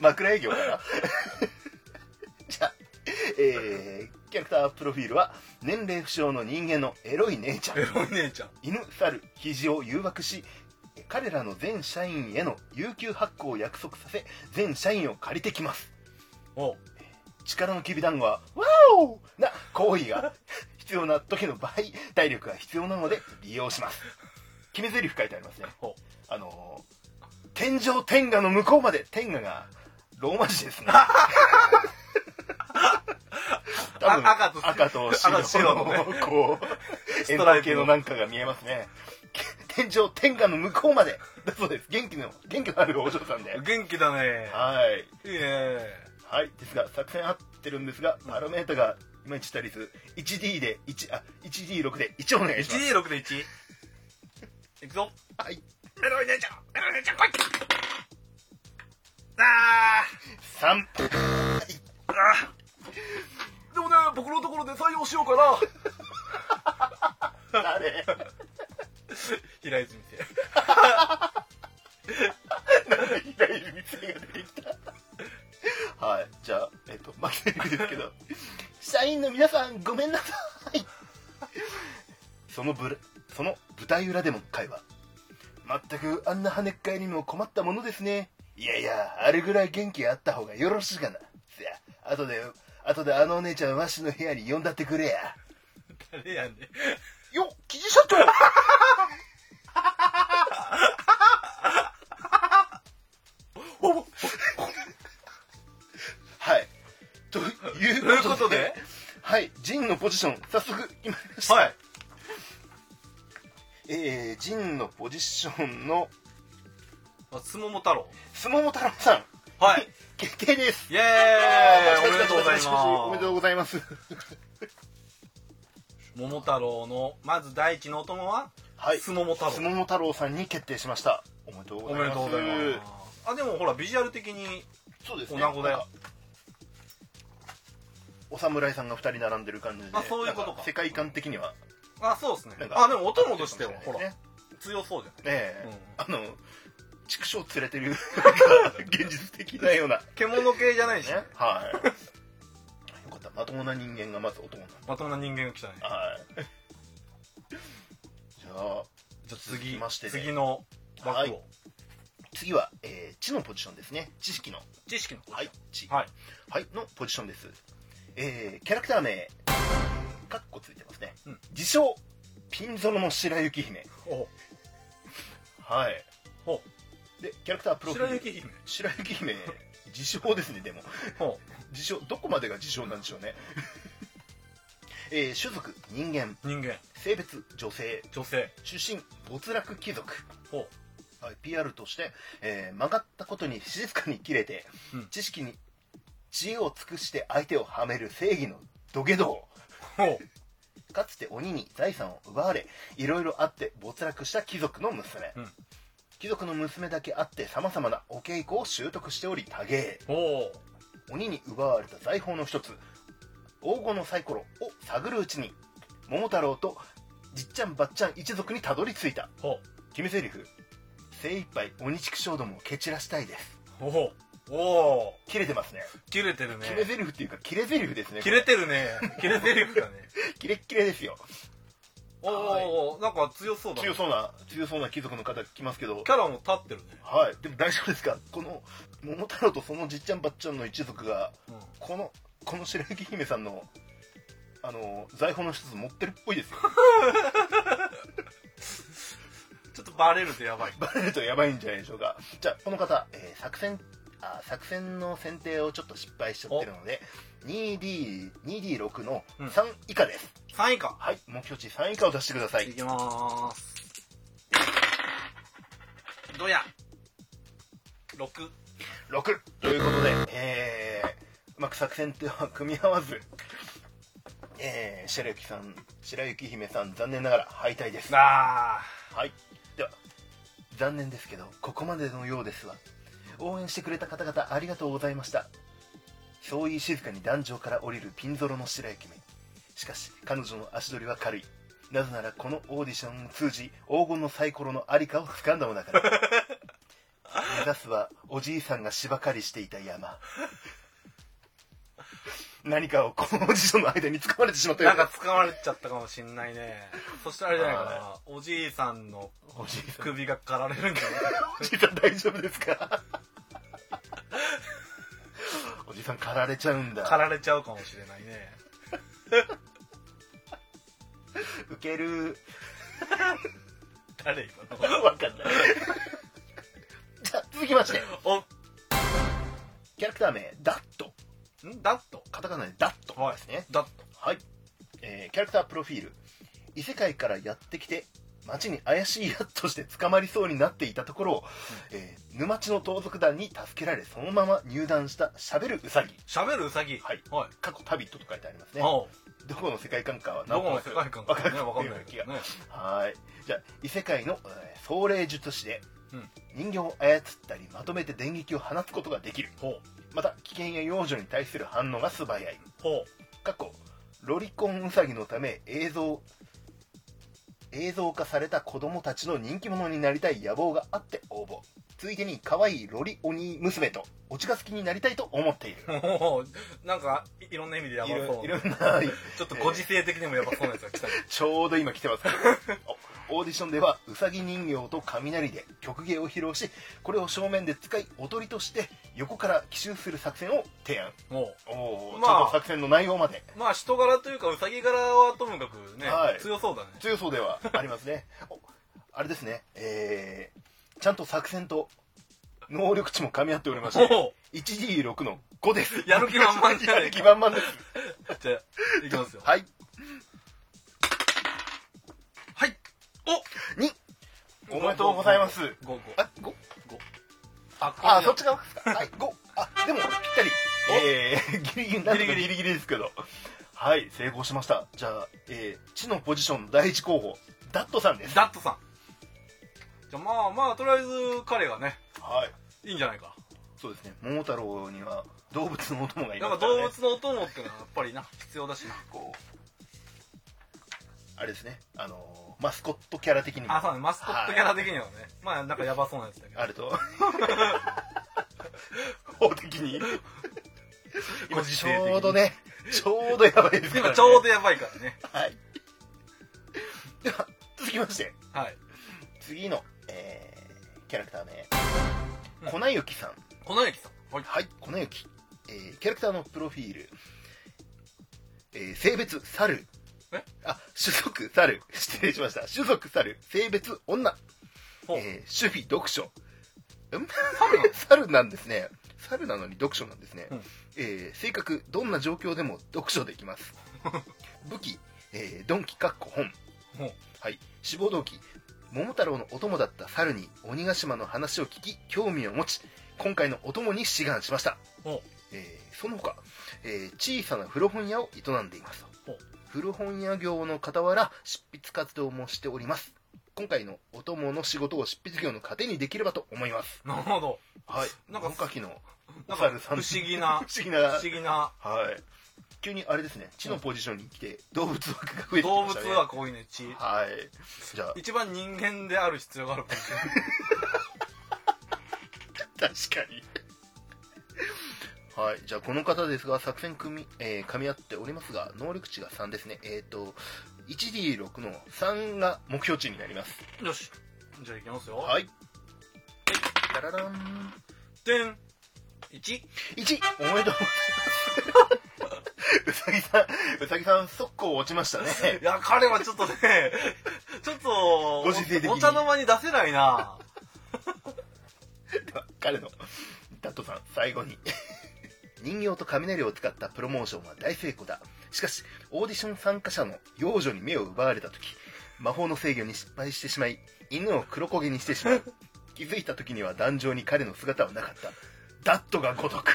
Speaker 2: 枕営業かな じゃあえー、キャラクタープロフィールは年齢不詳の人間のエロい姉ちゃん
Speaker 1: エロいねちゃん。
Speaker 2: 犬猿肘を誘惑し彼らの全社員への有給発行を約束させ全社員を借りてきます
Speaker 1: お
Speaker 2: 力のきびだんごはワオな行為が必要な時の場合体力が必要なので利用します決め台詞書いてありますね
Speaker 1: ほう
Speaker 2: あのー天井天下の向こうまで天下がローマ字 ですね多分
Speaker 1: あ赤と
Speaker 2: 赤と白
Speaker 1: 赤と白
Speaker 2: の
Speaker 1: のね
Speaker 2: こう
Speaker 1: ス
Speaker 2: 円
Speaker 1: トラ
Speaker 2: 盤
Speaker 1: イプ
Speaker 2: 形
Speaker 1: の
Speaker 2: のなんかが見えますね天井天下の向こうまでだそうです元気の元気のあるお嬢さんではい
Speaker 1: 元気だね。
Speaker 2: はい
Speaker 1: いいね。
Speaker 2: はいですが作戦合ってるんですがパロメータがいまいち足りず 1D で1あ 1D6 で1お願いします
Speaker 1: 1D6 で 1? いくぞ。
Speaker 2: はい
Speaker 1: エロいねちゃん、エロいねちゃん、来いあ
Speaker 2: 3
Speaker 1: ーでもね、僕のところで採用しようかな。
Speaker 2: あれ
Speaker 1: 平泉先生。
Speaker 2: 平泉成が出てきたはいじゃあえっと負けてるですけど社員の皆さんごめんなさいそのぶらその舞台裏でもの会話全くあんな跳ねっ返りにも困ったものですねいやいやあれぐらい元気あった方がよろしいかなせやあとであとであのお姉ちゃんわしの部屋に呼んだってくれや
Speaker 1: 誰やねん。
Speaker 2: よっ記事社長はいということで
Speaker 1: ということで
Speaker 2: はいジンのポジション早速決まりました、
Speaker 1: はい。
Speaker 2: えー、ジンのポジションの
Speaker 1: 松桃太郎。
Speaker 2: スモモ太郎さん
Speaker 1: はい。
Speaker 2: 決定です
Speaker 1: イエーイ おめでとうございます。
Speaker 2: おめでとうございます
Speaker 1: 桃太郎の、まず第一のお供は、
Speaker 2: はい
Speaker 1: スモモ太郎
Speaker 2: スモモ太郎さんに決定しましたおめでとうご
Speaker 1: お
Speaker 2: ざ
Speaker 1: め
Speaker 2: い
Speaker 1: で
Speaker 2: ます
Speaker 1: とうございます。あ、でもほら、ビジュアル的に、
Speaker 2: そうですね
Speaker 1: お団子だよ
Speaker 2: なんかお侍さんが2人並んでる感じで
Speaker 1: あそういうことか
Speaker 2: なん世界観的には
Speaker 1: あ、そうですね
Speaker 2: なん。か
Speaker 1: あ、でもお供としては、ほら
Speaker 2: ね、
Speaker 1: 強そうじゃない
Speaker 2: えあの畜生連れてるなんか現実的なようなね
Speaker 1: 獣系じゃないしね。
Speaker 2: はいよかったまともな人間がまず男なんだ
Speaker 1: まともな人間が来たね。
Speaker 2: はいじゃあ
Speaker 1: じゃあ次
Speaker 2: 続きまして、ね
Speaker 1: 次の枠
Speaker 2: はい
Speaker 1: を。
Speaker 2: 次は、えー知のポジションですね知識の
Speaker 1: 知識の方
Speaker 2: はい知
Speaker 6: はい
Speaker 2: はいのポジションです、えーキャラクター名カッコついてますね、
Speaker 1: うん
Speaker 2: 自称ピンゾロの白雪姫
Speaker 1: お
Speaker 2: はい
Speaker 1: ほ
Speaker 2: でキャラクタープロフィー
Speaker 1: 白
Speaker 2: ル
Speaker 1: 雪姫
Speaker 2: 白雪姫自称ですねでも
Speaker 1: ほ
Speaker 2: 自称どこまでが自称なんでしょうね えー種族人間
Speaker 1: う人間
Speaker 2: 性別女性
Speaker 1: 女性
Speaker 2: 出身没落貴族
Speaker 1: ほう
Speaker 2: はい、PR として、えー曲がったことに静かに切れて、
Speaker 1: うん
Speaker 2: 知識に知恵を尽くして相手をはめる正義の土下座
Speaker 1: ほ
Speaker 2: かつて鬼に財産を奪われいろいろあって没落した貴族の娘、
Speaker 1: うん
Speaker 2: 貴族の娘だけあってさまざまなお稽古を習得しており多芸
Speaker 1: うほ
Speaker 2: 鬼に奪われた財宝の一つ黄金のサイコロを探るうちに桃太郎とじっちゃんばっちゃん一族にたどり着いた
Speaker 1: うほ
Speaker 2: 決め台詞精一杯鬼畜衝動も蹴散らしたいです
Speaker 1: うほうおお
Speaker 2: 切れてますね
Speaker 1: 切れてるね
Speaker 2: 決め台詞っていうか切れ台詞ですね
Speaker 1: 切れてるね切れてるかね
Speaker 2: キレッキレですよ
Speaker 1: おおなんか強そうだね
Speaker 2: 強そうな強そうな貴族の方来ますけど
Speaker 1: キャラも立ってるね
Speaker 2: はいでも大丈夫ですかこの桃太郎とそのじっちゃんばっちゃんの一族が
Speaker 1: うん
Speaker 2: このこの白雪姫さんのあの財宝の一つ持ってるっぽいですよ
Speaker 1: ちょっとバレるとやばい
Speaker 2: バレるとやばいんじゃないでしょうかじゃあこの方、えー作戦あ作戦の選定をちょっと失敗しちゃってるので 2D2D6 の
Speaker 1: うん
Speaker 2: 3以下です、
Speaker 1: 3位か
Speaker 2: はい目標値3以下を出してください
Speaker 1: いきまーすどうや6
Speaker 2: 6ということで、えー、うまく作戦とは組み合わず、えー、白雪さん白雪姫さん残念ながら敗退です
Speaker 1: あ
Speaker 2: はいでは残念ですけどここまでのようですわ応援してくれた方々ありがとうございましたそうい静かに壇上から降りるピンゾロの白雪姫しかし彼女の足取りは軽いなぜならこのオーディションを通じ黄金のサイコロのありかを掴んだのだから 目指すはおじいさんが芝刈りしていた山何かをこのオーディションの間に掴まれてしまったよ
Speaker 1: なん
Speaker 2: うだ
Speaker 1: か掴まれちゃったかもしんないねそしてあれじゃないかなおじいさんの
Speaker 2: おじいさん
Speaker 1: 首が刈られるんじゃない
Speaker 2: おじさん大丈夫ですかおじさん狩られちゃうん
Speaker 1: 刈
Speaker 2: だ
Speaker 1: られちゃうかもしれないね
Speaker 2: ウケる
Speaker 1: 誰今の
Speaker 2: わかんないじゃあ続きましてキャラクター名ダット
Speaker 1: おんダット
Speaker 2: カタカナでダットですね
Speaker 1: ダッ
Speaker 2: はい、えーキャラクタープロフィール異世界からやってきて町に怪しいやつとして捕まりそうになっていたところを、えー沼地の盗賊団に助けられそのまま入団したしゃべるウサギ
Speaker 1: 喋るウサギ
Speaker 2: はい
Speaker 1: はい
Speaker 2: 過去タビットと書いてありますね
Speaker 1: おう
Speaker 2: どこの世界観かは
Speaker 1: ど
Speaker 2: 何
Speaker 1: ことの
Speaker 2: な
Speaker 1: 世
Speaker 2: く
Speaker 1: 界観かねわ
Speaker 2: わ
Speaker 1: か
Speaker 2: か
Speaker 1: ん
Speaker 2: ん
Speaker 1: な
Speaker 2: ないい
Speaker 1: けどね
Speaker 2: はいじゃあ異世界の、えー、壮麗術師で、
Speaker 1: うん
Speaker 2: 人形を操ったりまとめて電撃を放つことができる
Speaker 1: ほう
Speaker 2: また危険や幼女に対する反応が素早い
Speaker 1: ほ
Speaker 2: 過去ロリコンウサギのため映像映像化された子供たちの人気者になりたい野望があって応募ついでに可愛いロリ鬼娘とお近づきになりたいと 思っている
Speaker 1: うほうなんかいいろんな意味でやば
Speaker 2: いろ
Speaker 1: そう
Speaker 2: いろんな
Speaker 1: ちょっとご時世的にもやばそうなやつが来たね
Speaker 2: ちょうど今 来てますおオーディションではうさぎ人形と雷で曲芸を披露しこれを正面で使い踊りとして横から奇襲する作戦を提案
Speaker 1: も
Speaker 2: おお、
Speaker 1: まあ
Speaker 2: ちょっと作戦の内容まで
Speaker 1: うまあ人柄というかウサギ柄はともかくね、
Speaker 2: はい
Speaker 1: 強そうだね
Speaker 2: 強そうではあります ねおあれですねえー、ちゃんと作戦と能力値も噛み合っておりまして
Speaker 1: おう
Speaker 2: 1D6 の5です
Speaker 1: やる気満々じゃ
Speaker 2: や
Speaker 1: ない
Speaker 2: る気
Speaker 1: か
Speaker 2: 満々です
Speaker 1: じゃあいきますよ
Speaker 2: はい
Speaker 1: はい
Speaker 2: 2おめでとうございます
Speaker 1: 5五
Speaker 2: あ5
Speaker 1: あ
Speaker 2: あ、そっ
Speaker 1: ち
Speaker 2: ち側ですか。はい、5。あ、でも、ぴったり。えー、ギ リギリ、なんとかギリギリですけど。はい、成功しました。じゃあ、えー、知のポジションの第一候補、ダットさんです。
Speaker 1: ダットさんじゃあまあまあとりあえず彼がね
Speaker 2: はい。
Speaker 1: いいんじゃないか
Speaker 2: そうですね、桃太郎には動物のお供がい
Speaker 1: なん
Speaker 2: ま
Speaker 1: か
Speaker 2: すから、ね。
Speaker 1: 動物のお供ってのはやっぱりな必要だしな
Speaker 2: こう、あれですね、あのーマスコットキャラ的にも。
Speaker 1: あそうねマスコットキャ
Speaker 2: は
Speaker 1: ラ的にはねまあなんかやばそうなやつだけ
Speaker 2: い
Speaker 1: ど
Speaker 2: ある と。法的に。今
Speaker 1: ご時
Speaker 2: ち
Speaker 1: 世的に
Speaker 2: ょうど ね、ちょうどやばいですから、
Speaker 1: 今
Speaker 2: ね。
Speaker 1: ちょうどやばいからね
Speaker 2: はい。では、続きまして、
Speaker 1: はい
Speaker 2: 次の、えーキャラクター名、粉雪さん
Speaker 1: 粉雪さん。はい。
Speaker 2: はい粉雪、えーキャラクターのプロフィール、えー性別猿
Speaker 1: え
Speaker 2: あ種族猿 失礼しました種族猿性別女、
Speaker 1: ほう
Speaker 2: えー趣味読書ん 猿なんですね猿なのに読書なんですね、
Speaker 1: うん
Speaker 2: えー性格どんな状況でも読書でき ます武器、えー、鈍器かっこ本
Speaker 1: ほう
Speaker 2: はい志望動機桃太郎のお供だった猿に鬼ヶ島の話を聞き興味を持ち今回のお供に志願しました
Speaker 1: ほう、
Speaker 2: えーその他、えー小さな古本屋を営んでいます
Speaker 1: ほう
Speaker 2: 古本屋業の傍ら執筆活動もしております今回のお供の仕事を執筆業の糧にできればと思います
Speaker 1: なるほど。
Speaker 2: はい
Speaker 1: な
Speaker 2: なんん
Speaker 1: か
Speaker 2: か本書きの
Speaker 1: なんか
Speaker 2: お猿
Speaker 1: 不
Speaker 2: さん
Speaker 1: 思議な
Speaker 2: 不、思議な
Speaker 1: 不思議 な、
Speaker 2: はい急にあれですね地のポジションに来て動物枠が増えてき
Speaker 1: 動
Speaker 2: ま
Speaker 1: 物
Speaker 2: したね
Speaker 1: はこういうね、血。
Speaker 2: はいじゃあ
Speaker 1: 一番人間である必要があるかもしれない。
Speaker 2: 確かにはいじゃあこの方ですが作戦組み、えー噛み合っておりますが能力値が3ですねえっ、と 1D6 の3が目標値になります
Speaker 1: よし。じゃあ行きますよ。
Speaker 2: はいダララン
Speaker 1: でん。1。
Speaker 2: 1おめでとうございます うさぎさんうさぎさん速攻落ちましたね
Speaker 1: いや、彼はちょっとね、 ちょっ
Speaker 2: ご時世
Speaker 1: と、
Speaker 2: 的に
Speaker 1: お茶の間に出せないな。
Speaker 2: では彼のダットさん最後に人形と雷を使ったプロモーションは大成功だしかしオーディション参加者の幼女に目を奪われた時魔法の制御に失敗してしまい犬を黒焦げにしてし まう気づいた時には壇上に彼の姿はなかったダットがごとく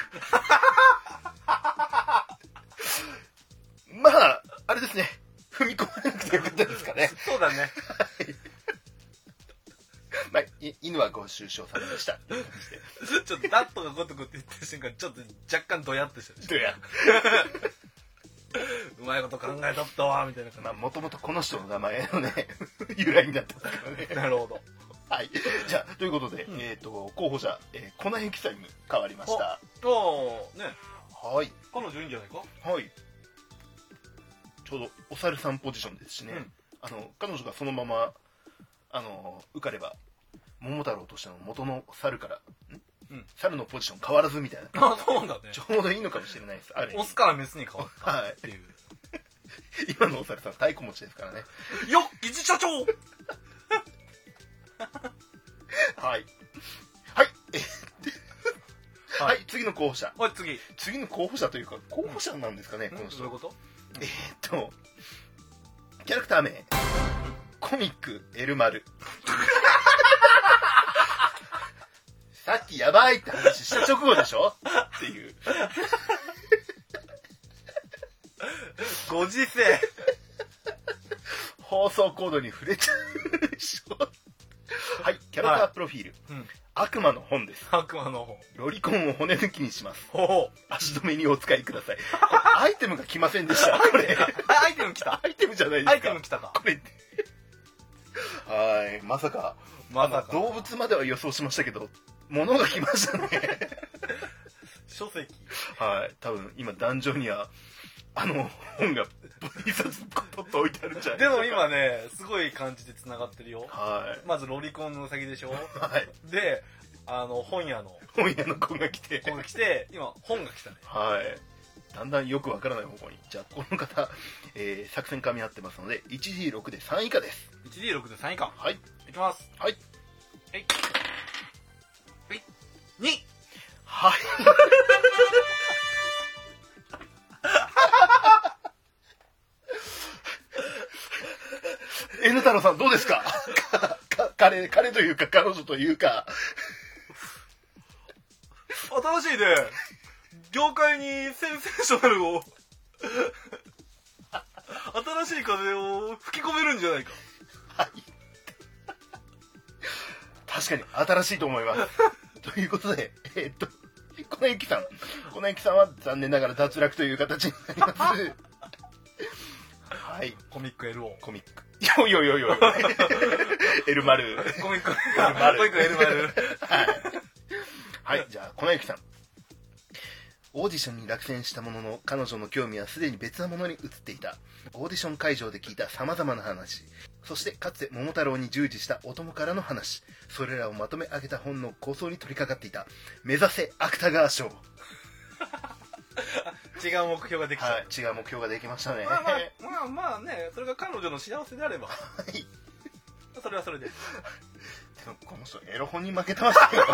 Speaker 2: まああれですね踏み込まなくてよかったですかね、
Speaker 1: そうだね。
Speaker 2: まあ、い犬はご愁傷様でした
Speaker 1: ちょっと、ダットがごとくって言った瞬間、ちょっと若干ドヤっとしたでしょ
Speaker 2: どや
Speaker 1: うまいこと考えとったわ、みたいな
Speaker 2: まあ、
Speaker 1: 感
Speaker 2: もともとこの人の名前のね、 由来になってますからね
Speaker 1: じ。。なるほど。
Speaker 2: はい。じゃあ、ということで、えっ、と、候補者、えー、粉雪さんに変わりました。
Speaker 1: おー、ね、
Speaker 2: はい。
Speaker 1: 彼女いいんじゃないか
Speaker 2: はい。ちょうど、お猿さんポジションですしね。
Speaker 1: うん
Speaker 2: あの、彼女がそのまま、あの、受かれば、桃太郎としての元の猿から、ん
Speaker 1: うん
Speaker 2: 猿のポジション変わらずみたいな。
Speaker 1: あ、そうだね
Speaker 2: ち。ょうどいいのかもしれないです。あれ
Speaker 1: オ。スからメスに変わった
Speaker 2: はい
Speaker 1: っていう。
Speaker 2: 今のお猿さん、太鼓持ちですからね。
Speaker 1: よっ、理事社長
Speaker 2: はい。はい。えー
Speaker 1: は
Speaker 2: はいい、次の候補者。
Speaker 1: おい、次。ん
Speaker 2: 次の候補者というか候補者なんですかね、
Speaker 1: ど
Speaker 2: こ
Speaker 1: う
Speaker 2: の
Speaker 1: い
Speaker 2: 人
Speaker 1: うこと
Speaker 2: えーっとキャラクター名コミックエルマルさっきやばいって話した直後でしょっていう
Speaker 1: ご時世。
Speaker 2: 放送コードに触れちゃうでしょはいキャラクタープロフィール、
Speaker 1: うん
Speaker 2: 悪魔の本です
Speaker 1: 悪魔の方。
Speaker 2: ロリコンを骨抜きにします
Speaker 1: ほほ
Speaker 2: 足止めにお使いくださいこれアイテムが来ませんでしたこれ
Speaker 1: あ、アイテム来た。
Speaker 2: アイテムじゃないですか
Speaker 1: アイテム来たか。
Speaker 2: これはいまさか
Speaker 1: まだか。
Speaker 2: 動物までは予想しましたけど物が来ましたね
Speaker 1: 書籍。
Speaker 2: はい多分今壇上にはあの本が一冊取って置いてあるんじゃない
Speaker 1: でも今ね、すごい感じで繋がってるよ。
Speaker 2: はい
Speaker 1: まずロリコンのウサギでし ょ
Speaker 2: はい
Speaker 1: で、あの、本屋の
Speaker 2: 本屋の子が来て
Speaker 1: 子が来て、今、本が来たね。
Speaker 2: はいだんだんよくわからない方向にじゃあこの方、 えー作戦噛み合ってますので 1D6 で3以下です
Speaker 1: 1D6 で3以下。
Speaker 2: はい
Speaker 1: いきます。
Speaker 2: はい
Speaker 1: えい。えい。2!
Speaker 2: はい N 太郎さんどうですか かか彼彼というか彼女というか
Speaker 1: 新 しいね。業界にセンセーショナル を、新しい風を吹き込めるんじゃないか。
Speaker 2: 確かに新しいと思います ということでえーっと粉雪さん粉雪さんは残念ながら脱落という形になりますはい
Speaker 1: コミック LO。
Speaker 2: コミックいやいやいやいやエルマル
Speaker 1: コミック
Speaker 2: 丸
Speaker 1: コミック L 丸。
Speaker 2: はい、じゃあ、粉雪さん。オーディションに落選したものの、彼女の興味はすでに別なものに移っていた。オーディション会場で聞いた様々な話。そしてかつて桃太郎に従事したお供からの話それらをまとめ上げた本の構想に取り掛かっていた目指せ芥川賞、は
Speaker 1: 違う目標ができた。
Speaker 2: い、違う目標ができましたね、
Speaker 1: まあ まあ、まあまあね、それが彼女の幸せであれば。
Speaker 2: い
Speaker 1: それはそれで。
Speaker 2: でもこの人エロ本に負けてました よ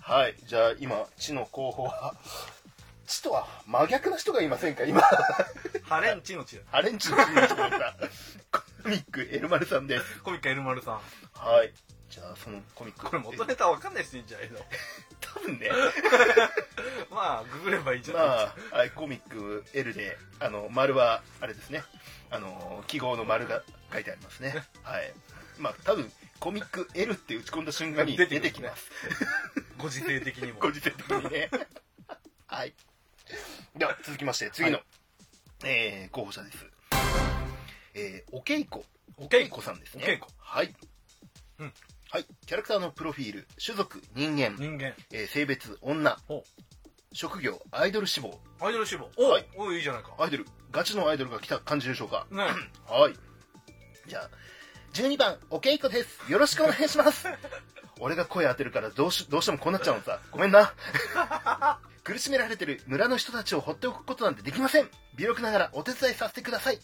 Speaker 2: はいじゃあ今知の候補は知とは真逆な人がいませんか今
Speaker 1: ハレンチの血だ。
Speaker 2: アレンジの人がいましたコミックエルマルさんです
Speaker 1: コミカエルマルさん。
Speaker 2: はいじゃあそのコミック
Speaker 1: これ元ネタわかんない人いいんじゃないの
Speaker 2: 多分ね
Speaker 1: まあ、ググればいいじゃないですか。
Speaker 2: まあ、はい、コミック L で、あの、丸は、あれですね、あの、記号の丸が書いてあります ね。はい。まあ、多分、コミック L って打ち込んだ瞬間に出
Speaker 1: 出
Speaker 2: て
Speaker 1: て
Speaker 2: き
Speaker 1: き
Speaker 2: ま。
Speaker 1: ますご時世的にも。
Speaker 2: ご時世的にね。はい。では、続きまして、次の、えー候補者です。えーおけいこ。おけいこさんですね。
Speaker 1: おけいこ
Speaker 2: はい。
Speaker 1: うん
Speaker 2: はい。キャラクターのプロフィール、種族、人間、
Speaker 1: 人間。
Speaker 2: えー性別、女
Speaker 1: ほ、
Speaker 2: 職業、アイドル志望、
Speaker 1: アイドル志望。お
Speaker 2: はい
Speaker 1: おいいじゃないか。
Speaker 2: アイドル、ガチのアイドルが来た感じでしょう か。
Speaker 1: ね
Speaker 2: はい。じゃあ、12番、おけいこです。よろしくお願いします。俺が声当てるからどうし、どうしてもこうなっちゃうのさ。ごめんな。 苦しめられてる村の人たちを放っておくことなんてできません。微力ながらお手伝いさせてください。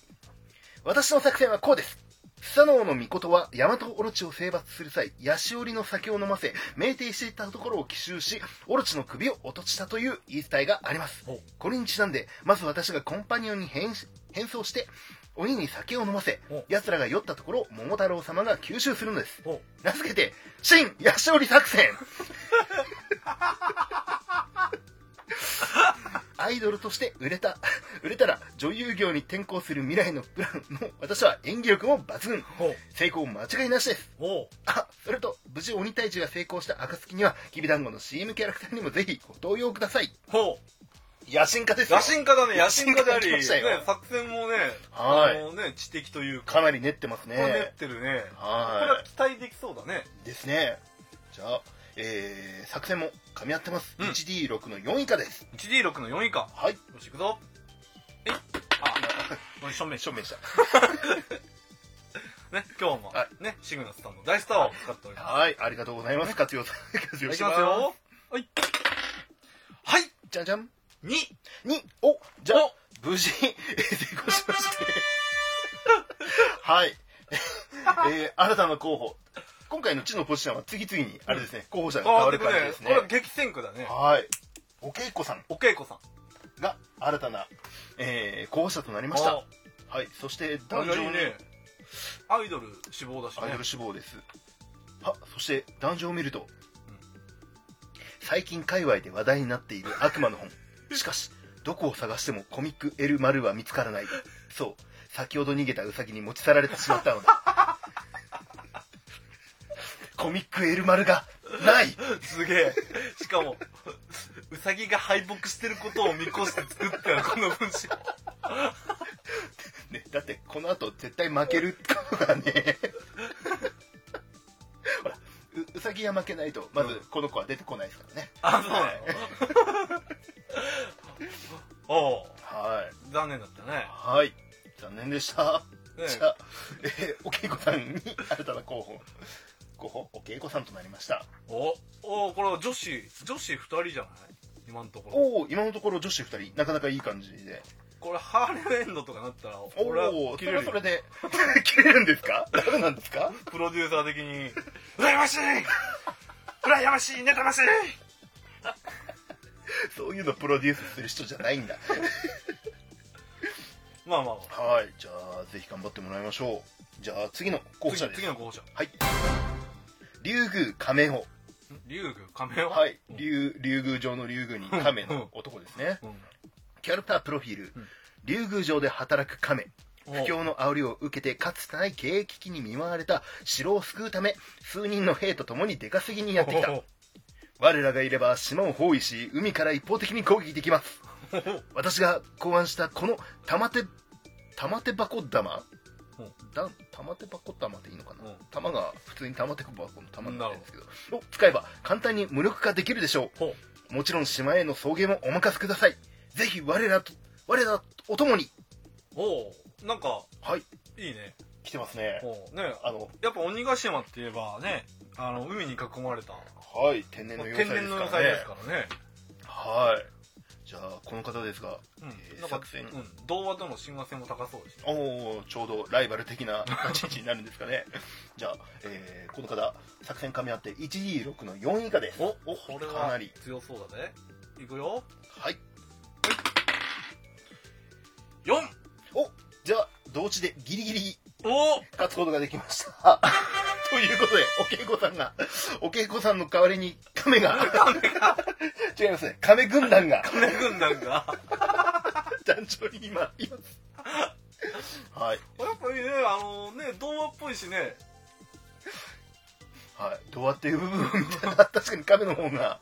Speaker 2: 私の作戦はこうです。スサノオの御事は、ヤマトオロチを征伐する際、ヤシオリの酒を飲ませ、酩酊していたところを奇襲し、オロチの首を落としたという言い伝えがあります
Speaker 1: ほう。
Speaker 2: これにちなんで、まず私がコンパニオンに変し変装して、鬼に酒を飲ませ
Speaker 1: ほ、
Speaker 2: 奴らが酔ったところを桃太郎様が吸収するのです。
Speaker 1: お
Speaker 2: 名付けて、新ヤシオリ作戦アイドルとして売れた、売れたら女優業に転向する未来のプランも、私は演技力も抜群。
Speaker 1: お
Speaker 2: 成功間違いなしです。
Speaker 1: お
Speaker 2: あ、それと、無事鬼退治が成功した暁には、きびだんごの CM キャラクターにもぜひご登用ください。
Speaker 1: お
Speaker 2: 野心家ですよ
Speaker 1: 野心家だね、野心家であり、
Speaker 2: 野心家来ま
Speaker 1: ね
Speaker 2: したよ、
Speaker 1: 作戦もね、
Speaker 2: はい
Speaker 1: あのね、知的というか、
Speaker 2: かなり練ってます
Speaker 1: これ練
Speaker 2: ね
Speaker 1: っ。てるね。これは
Speaker 2: は
Speaker 1: 期待できそうだね。
Speaker 2: い。ですね。じゃあ、えー、作戦も噛み合ってます。
Speaker 1: うん
Speaker 2: 1D6 の4以下です。
Speaker 1: 1D6 の4以下。
Speaker 2: はい。
Speaker 1: よし、行くぞ。えいあ、これ正面、
Speaker 2: 証明した。
Speaker 1: ね、今日も、
Speaker 2: は
Speaker 1: ね、シグナスさんの大スターを使っております。
Speaker 2: はい、ありがとうございます。活用さ、活用
Speaker 1: い
Speaker 2: し
Speaker 1: き
Speaker 2: ま
Speaker 1: ます
Speaker 2: す。
Speaker 1: よ。はい。はい、
Speaker 2: じゃじゃん。
Speaker 1: 2。
Speaker 2: に、お、じゃあ、無事、えー成功しまして。はい。 えー、新たな候補。今回の地のポジションは次々に、あれですね、候補者が変
Speaker 1: あ
Speaker 2: わ
Speaker 1: あ、
Speaker 2: る
Speaker 1: でも
Speaker 2: 感
Speaker 1: ね
Speaker 2: じです、
Speaker 1: こ
Speaker 2: ね
Speaker 1: れ。は激戦区だね。
Speaker 2: はい。おけいこさん
Speaker 1: お稽古さん。
Speaker 2: が新たな、えー、候補者となりまし
Speaker 1: あ
Speaker 2: た。はい。そして、
Speaker 1: あ、
Speaker 2: 壇上
Speaker 1: いい
Speaker 2: に、
Speaker 1: ね。アイドル志望だし
Speaker 2: アイ
Speaker 1: ね
Speaker 2: ドル。志望です。は、そして、壇上を見ると、最近界隈で話題になっている悪魔の本。しかし、どこを探してもコミックエルマルは見つからない。そう、先ほど逃げたウサギに持ち去られてしまったのだ。コミックエルマルが、ない
Speaker 1: すげえ。しかも、 うさぎが敗北してることを見越して作ったこの文章。
Speaker 2: ね、だってこの後絶対負けることがねほらううさぎは負けないとまずこの子は出てこないですからね、
Speaker 1: あ、そうなの おう
Speaker 2: はい
Speaker 1: 残念だったね。
Speaker 2: はい残念でした、
Speaker 1: ね
Speaker 2: じゃあ、えーお稽古さんに新たな候補候補お稽古さんとなりました
Speaker 1: おおこれは女子、女子二人じゃない今のところ。
Speaker 2: おお今のところ女子2人なかなかいい感じで
Speaker 1: これハーレムエンドとかなったら、
Speaker 2: お
Speaker 1: 俺
Speaker 2: お
Speaker 1: は
Speaker 2: ーそ
Speaker 1: 切
Speaker 2: れ
Speaker 1: れ
Speaker 2: は
Speaker 1: る
Speaker 2: そ
Speaker 1: よ
Speaker 2: れで 切れるんですかダメなんですか
Speaker 1: プロデューサー的に、 羨ましい羨ましい妬ましい
Speaker 2: そういうのプロデュースする人じゃないんだ
Speaker 1: まあまあまあ。
Speaker 2: はいじゃあぜひ頑張ってもらいましょうじゃあ次の候補者
Speaker 1: 次
Speaker 2: です
Speaker 1: 次の候補者。
Speaker 2: はい。竜宮亀尾。
Speaker 1: 竜宮仮面は
Speaker 2: はい。竜、竜宮城の竜宮に亀の男ですね。
Speaker 1: うん。
Speaker 2: キャラクタープロフィール
Speaker 1: ん。
Speaker 2: 竜宮城で働く亀。
Speaker 1: お
Speaker 2: 不況の煽りを受けてかつてない経営危機に見舞われた城を救うため数人の兵と共に出稼ぎにやってきた
Speaker 1: お
Speaker 2: 我らがいれば島を包囲し海から一方的に攻撃できます私が考案したこの玉手玉手箱玉
Speaker 1: うん
Speaker 2: だ玉手箱玉でいいのかな、
Speaker 1: うん
Speaker 2: 玉が普通に玉手箱の玉になってるんですけどを使えば簡単に無力化できるでしょ
Speaker 1: ほ
Speaker 2: うもちろん島への送迎もお任せくださいぜひ我らと我らお供に
Speaker 1: おうなんか
Speaker 2: はい
Speaker 1: いいね
Speaker 2: 来てますね
Speaker 1: おうね
Speaker 2: あの
Speaker 1: やっぱ鬼ヶ島って言えばねあの海に囲まれた
Speaker 2: はい天然の要塞
Speaker 1: 天
Speaker 2: ですからね
Speaker 1: 然の野菜ですからね
Speaker 2: はいじゃあこの方ですがえ
Speaker 1: う
Speaker 2: ー
Speaker 1: んなんか
Speaker 2: 作戦
Speaker 1: うん童話との親和性も高そうですね
Speaker 2: おおちょうどライバル的 な立ち位置になるんですかねじゃあ、えーこの方作戦噛み合って 1D6 の4以下です
Speaker 1: お
Speaker 2: お
Speaker 1: これ
Speaker 2: かな
Speaker 1: は
Speaker 2: り
Speaker 1: 強そうだねいくよ
Speaker 2: はい
Speaker 1: 4
Speaker 2: おじゃあ同地でギリギリ
Speaker 1: お
Speaker 2: 勝つことができました ということでお稽古さんがお稽古さんの代わりに亀が 違いますね亀軍団が
Speaker 1: 金軍団が
Speaker 2: 団長に今いますはい
Speaker 1: やっぱりねあのね童話っぽいしね
Speaker 2: はいどうやっていう部分みたいな 確かに亀の方が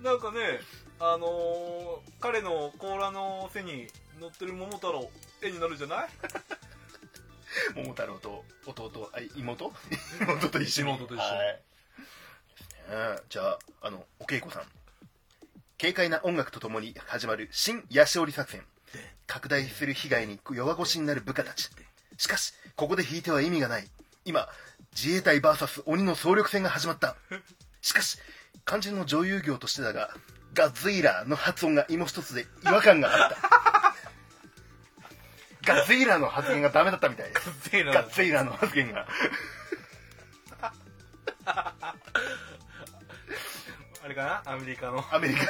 Speaker 1: なんかねあのー彼の甲羅の背に乗ってる桃太郎絵になるじゃない
Speaker 2: 桃太郎と弟あ妹 妹と一緒に
Speaker 1: 妹と一緒に
Speaker 2: はいねじゃああのお稽古さん軽快な音楽とともに始まる新八しおり作戦拡大する被害に弱腰になる部下たちしかしここで引いては意味がない今自衛隊 VS 鬼の総力戦が始まったしかし肝心の女優業としてだがガズイラーの発音が芋一つで違和感があった ガズイラーの発言がダメだったみたいです
Speaker 1: ゼイラ
Speaker 2: ガッツイラーの発言が
Speaker 1: あれかなアメリカの
Speaker 2: アメリカ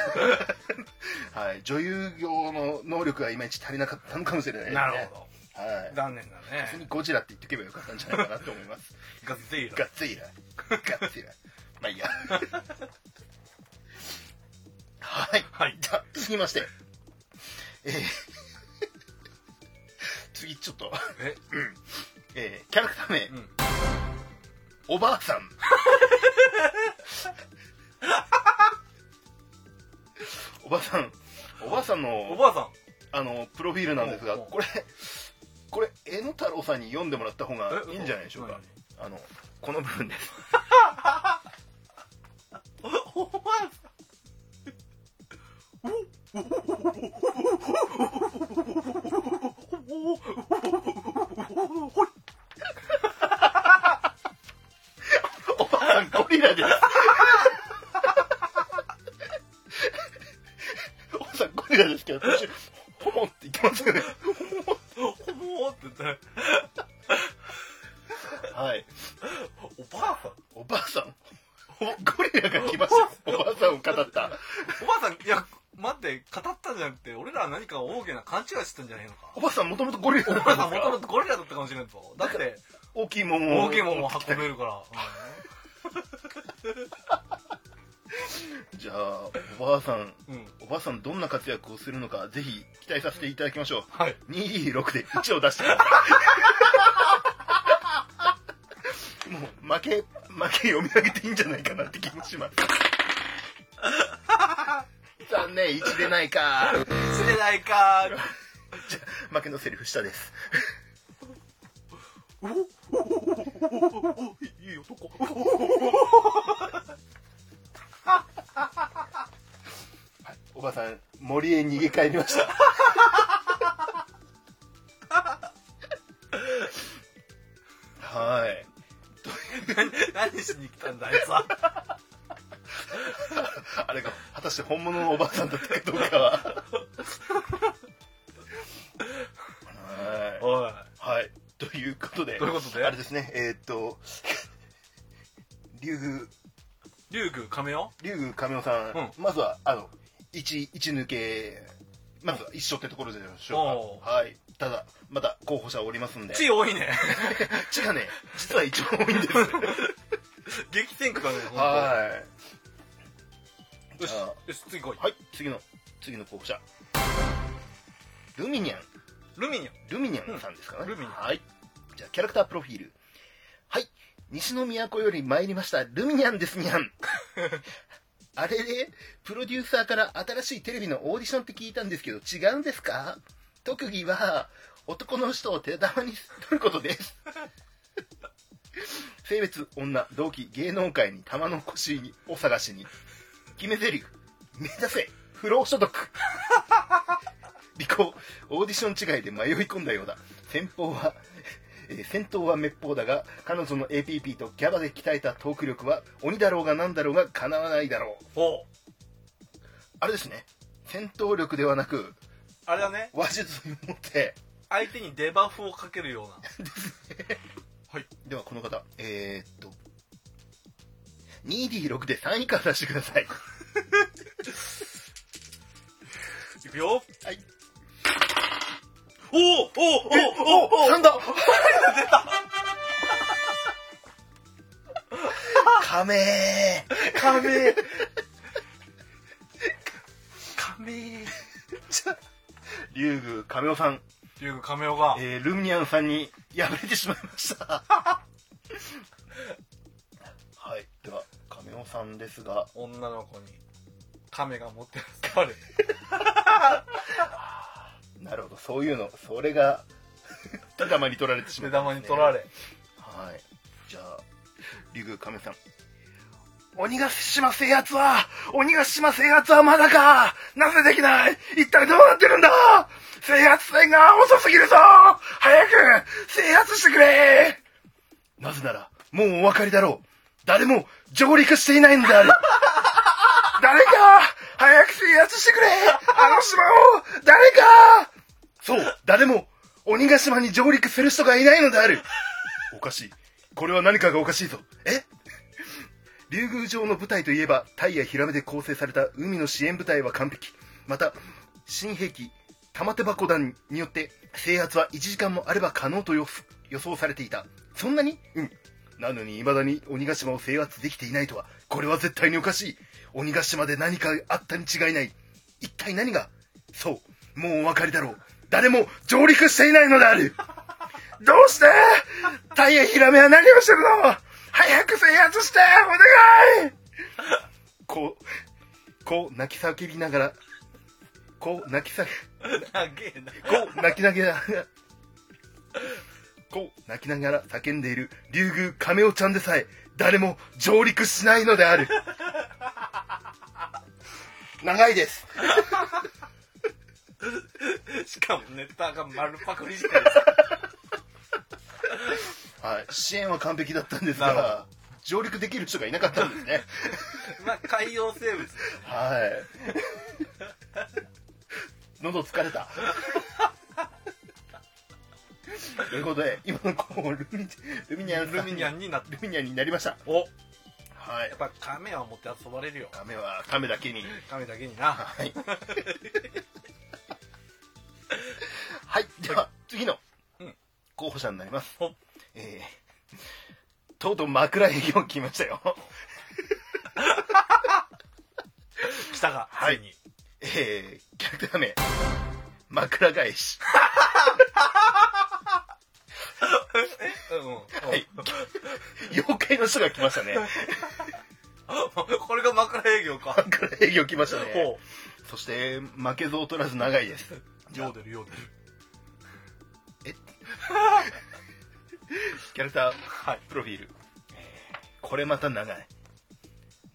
Speaker 2: はい女優業の能力がいまいち足りなかったのかもしれないですね
Speaker 1: なるほ
Speaker 2: どはい
Speaker 1: ど残念だ
Speaker 2: 普通に
Speaker 1: ね
Speaker 2: ゴジラって言っておけばよかったんじゃないかなと思います
Speaker 1: ガゼイラ
Speaker 2: ガッツイラーガッツイラーまあいいやはい、
Speaker 1: はい
Speaker 2: じゃあ続きましてえー 次ちょっと、
Speaker 1: え
Speaker 2: えーキャラクター名、
Speaker 1: ん
Speaker 2: おばあさんおばあさんおばあさんの
Speaker 1: おばあさん
Speaker 2: あのプロフィールなんですが
Speaker 1: おうおう
Speaker 2: これこれ江野太郎さんに読んでもらった方が
Speaker 1: え
Speaker 2: いいんじゃないでしょうかあのこの部分です
Speaker 1: おばあさん
Speaker 2: おばあさんゴリラです おばあさんゴリラですけど途中ホモンって言ってますよね
Speaker 1: ほぼーって言ったら
Speaker 2: はい
Speaker 1: おばあさん
Speaker 2: おばあさんおゴリラが来ましたおばあさんを語った
Speaker 1: おばあさんいや待って語ったんじゃなくて俺らは何か大きな勘違いしてたんじゃないのか
Speaker 2: おばあさんもともとゴリラ
Speaker 1: おばあさんもと
Speaker 2: ん
Speaker 1: もとゴリラだったかもしれんぞだって
Speaker 2: 大きいもんを
Speaker 1: 大きいもんも運べるから
Speaker 2: じゃあおばあさん
Speaker 1: うん、うん、
Speaker 2: おばあさんどんな活躍をするのかぜひ期待させていただきましょう
Speaker 1: はい
Speaker 2: 226で1を出してもう負け負け読み上げていいんじゃないかなって気もします 残念1出ないか
Speaker 1: 釣れないか
Speaker 2: 負けのセリフ下です
Speaker 1: いい男
Speaker 2: おばあさん森へ逃げ帰りましたはい
Speaker 1: 何しに来たんだあいつは
Speaker 2: あれが果たして本物のおばあさんだったかどうかははい
Speaker 1: おい
Speaker 2: はい。ということで。
Speaker 1: ということで
Speaker 2: あれですね、えーっと、 竜宮、
Speaker 1: 龍宮亀尾
Speaker 2: 竜宮亀尾さん、
Speaker 1: う
Speaker 2: まずは、あの、一、一抜け、まずは一緒ってところでしょ
Speaker 1: お
Speaker 2: うか。はい。ただ、まだ候補者おりますんで。
Speaker 1: 地多いね
Speaker 2: 地がね、実は一番多い んです。
Speaker 1: 激戦区だねほんと
Speaker 2: は
Speaker 1: よし
Speaker 2: じゃあ
Speaker 1: よし次来い
Speaker 2: い。はい、次の、次の候補者。ルミニャン。
Speaker 1: ルミニャン
Speaker 2: ルミニャンさんですかね、
Speaker 1: うんルミニャン
Speaker 2: はいじゃあキャラクタープロフィールはい西の都より参りましたルミニャンです にゃんあれでプロデューサーから新しいテレビのオーディションって聞いたんですけど違うんですか特技は男の人を手玉に取ることです 性別女同期芸能界に玉の腰にお探しに決め台詞目指せ不労所得尾行オーディション違いで迷い込んだようだ先方は、 えー戦闘は滅法だが彼女の APP とギャバで鍛えたトーク力は鬼だろうが何だろうがかなわないだろう
Speaker 1: ほう。
Speaker 2: あれですね戦闘力ではなく
Speaker 1: あれだね。
Speaker 2: 話術に持って
Speaker 1: 相手にデバフをかけるような。
Speaker 2: ではこの方えー、っと 2D6 で3以下出してください
Speaker 1: いくよ。
Speaker 2: はい。
Speaker 1: おおおおおおお
Speaker 2: 3だカメー
Speaker 1: カメカメ
Speaker 2: 竜宮カメオさん、
Speaker 1: っていうカメオが。
Speaker 2: えー、ルミニアンさんに敗れてしまいました はいではカメオさんですが
Speaker 1: 女の子にカメが持ってる使われ
Speaker 2: なるほどそういうのそれが 手玉に取られてしま
Speaker 1: 手
Speaker 2: いま
Speaker 1: 玉に取ら
Speaker 2: れ
Speaker 1: れ
Speaker 2: はいじゃあ竜宮カメオさん鬼ヶ島制圧は鬼ヶ島制圧はまだかなぜできない一体どうなってるんだ制圧線が遅すぎるぞ早く制圧してくれなぜなら、もうお分かりだろう。誰も上陸していないのである。誰か早く制圧してくれあの島を誰かそう、誰も鬼ヶ島に上陸する人がいないのである。おかしい。これは何かがおかしいぞ。え竜宮城の部隊といえば、タイやヒラメで構成された海の支援部隊は完璧。また、新兵器、玉手箱弾によって、制圧は1時間もあれば可能と予す予想されていた。そんなにうん。なのに、未だに鬼ヶ島を制圧できていないとは、これは絶対におかしい。鬼ヶ島で何かあったに違いない。一体何がそう、もうお分かりだろう。誰も上陸していないのである。どうしてタイやヒラメは何をしてるの早く制圧してお願いこう、こう泣き叫びながら、こう泣き叫び、
Speaker 1: なげえな
Speaker 2: こう泣きながら、こう泣きながら叫んでいる竜宮亀尾ちゃんでさえ、誰も上陸しないのである。長いです。
Speaker 1: しかもネタが丸パクリ してる
Speaker 2: はい、支援は完璧だったんです
Speaker 1: なる
Speaker 2: が、上陸できる人がいなかったんですね。
Speaker 1: まあ海洋生物
Speaker 2: はい。喉疲れた。ということで、今の子をルミルミニャンさん
Speaker 1: ルミニャンになって
Speaker 2: ルミニャンになりました。
Speaker 1: おや
Speaker 2: はい
Speaker 1: っ。ぱカメは持って遊ばれるよ
Speaker 2: カメはカメだけに。
Speaker 1: カメだけにな
Speaker 2: はい。はい。では、次の
Speaker 1: うん
Speaker 2: 候補者になります
Speaker 1: ほ。
Speaker 2: えー、とうとう枕営業来ましたよ。
Speaker 1: 来たかつ
Speaker 2: はい
Speaker 1: いに
Speaker 2: えー、キャラクター名、枕返し。
Speaker 1: うんうん
Speaker 2: はい。妖怪の人が来ましたね。
Speaker 1: これが枕営業か
Speaker 2: 枕営業来ましたね。
Speaker 1: ほ
Speaker 2: そして、負けず劣らず長いです。
Speaker 1: うよう出るよう出る
Speaker 2: キャラクター、
Speaker 1: はい
Speaker 2: プロフィール。えーこれまた長い。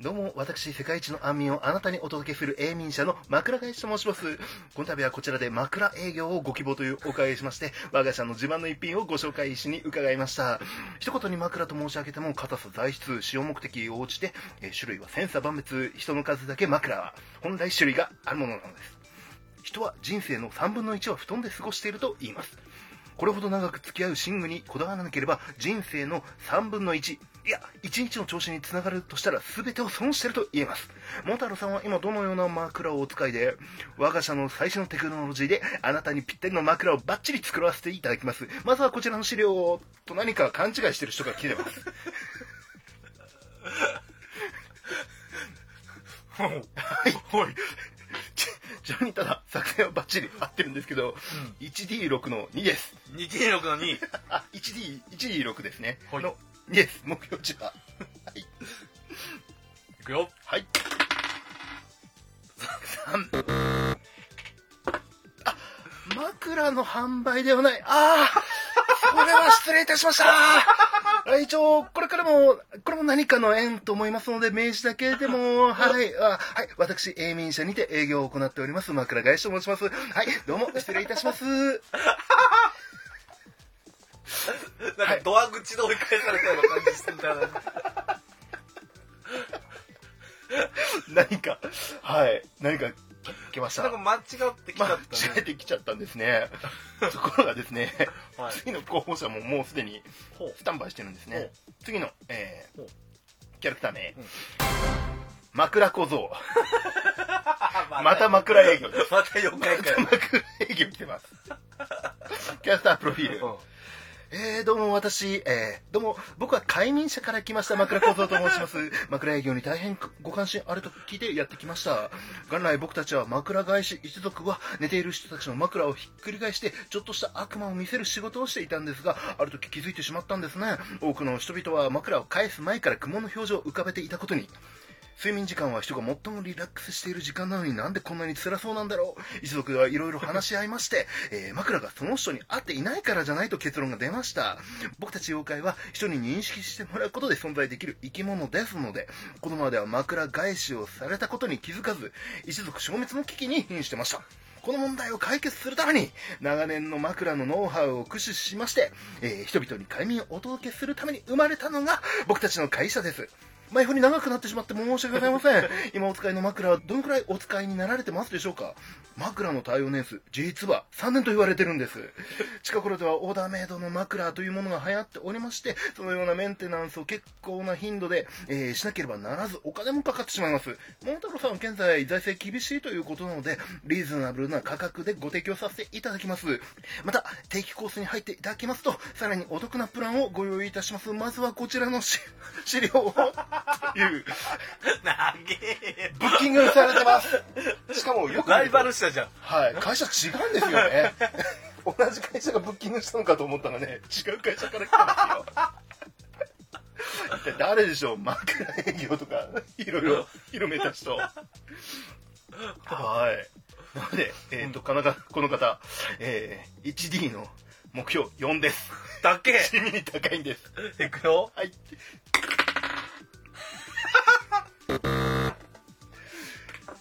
Speaker 2: どうも、私、世界一の安眠をあなたにお届けする永眠者の枕返しと申します。この度はこちらで枕営業をご希望というお伺いしまして、我が社の自慢の一品をご紹介しに伺いました。一言に枕と申し上げても、硬さ、材質、使用目的に応じて、えー種類は千差万別、人の数だけ枕は、本来種類があるものなのです。人は人生の3分の1は布団で過ごしていると言います。これほど長く付き合う寝具にこだわらなければ人生の3分の1いや1日の調子につながるとしたら全てを損してると言えますモタロさんは今どのような枕をお使いで我が社の最新のテクノロジーであなたにぴったりの枕をバッチリ作らせていただきますまずはこちらの資料をと何か勘違いしてる人が来てます はいはいちなみにただ作戦はバッチリ合ってるんですけど、1D6 の2です
Speaker 1: 2 t 6の2
Speaker 2: あ、1D、1D6 ですね。
Speaker 1: はい
Speaker 2: の、2です。目標値は。はい。
Speaker 1: いくよ
Speaker 2: はい。3。あ、枕の販売ではない。ああ、これは失礼いたしました。あ一応、これからも、これも何かの縁と思いますので、名刺だけでも、はい、あはい、私、永民社にて営業を行っております、枕返しと申します。はい、どうも、失礼いたします。
Speaker 1: なんかドア口で追い返されたような感じしてたな。
Speaker 2: 何か、はい、何か、来ました。
Speaker 1: なんか間違ってきち
Speaker 2: ま
Speaker 1: ゃ
Speaker 2: あ
Speaker 1: っ、
Speaker 2: 知
Speaker 1: た
Speaker 2: られ
Speaker 1: ね。
Speaker 2: てきちゃったんですね。 ところがですね、
Speaker 1: はい
Speaker 2: 次の候補者ももうすでに
Speaker 1: ほ う
Speaker 2: スタンバイしてるんですね。次の、えー
Speaker 1: ほう
Speaker 2: キャラクター名、
Speaker 1: うん
Speaker 2: 枕小僧。
Speaker 1: あ
Speaker 2: また枕営業です。
Speaker 1: また4回かよ。
Speaker 2: 枕営業来てます。キャラクタープロフィール。えー、どうも私、えー、どうも、僕は解任者から来ました、枕小僧と申します。枕営業に大変ご関心あると聞いてやってきました。元来僕たちは枕返し一族は寝ている人たちの枕をひっくり返して、ちょっとした悪魔を見せる仕事をしていたんですが、ある時気づいてしまったんですね。多くの人々は枕を返す前から苦悶の表情を浮かべていたことに。睡眠時間は人が最もリラックスしている時間なのになんでこんなに辛そうなんだろう一族がいろいろ話し合いまして、えー枕がその人に合っていないからじゃないと結論が出ました僕たち妖怪は人に認識してもらうことで存在できる生き物ですのでこのままでは枕返しをされたことに気づかず一族消滅の危機に瀕してましたこの問題を解決するために長年の枕のノウハウを駆使しまして、えー人々に快眠をお届けするために生まれたのが僕たちの会社です前振り長くなってしまって申し訳ございません 今お使いの枕はどのくらいお使いになられてますでしょうか枕の耐用年数実は3年と言われてるんです近頃ではオーダーメイドの枕というものが流行っておりましてそのようなメンテナンスを結構な頻度で、えーしなければならずお金もかかってしまいます桃太郎さんは現在財政厳しいということなのでリーズナブルな価格でご提供させていただきますまた定期コースに入っていただきますとさらにお得なプランをご用意いたしますまずはこちらの 資資料をという
Speaker 1: なげえ
Speaker 2: ブッキングされてますしかもよく見
Speaker 1: ラ
Speaker 2: る
Speaker 1: イ
Speaker 2: と
Speaker 1: バル社じゃん。
Speaker 2: はい、会社違うんですよね。 同じ会社がブッキングしたのかと思ったらね、違う会社から来てますよ。一体誰でしょう枕営業とか、いろいろ広めた人。はい。なので、えっ、と、かなかこの方、えー 1D の目標4です。
Speaker 1: だけ。
Speaker 2: 地味に高いんです。
Speaker 1: いくよ。
Speaker 2: はい。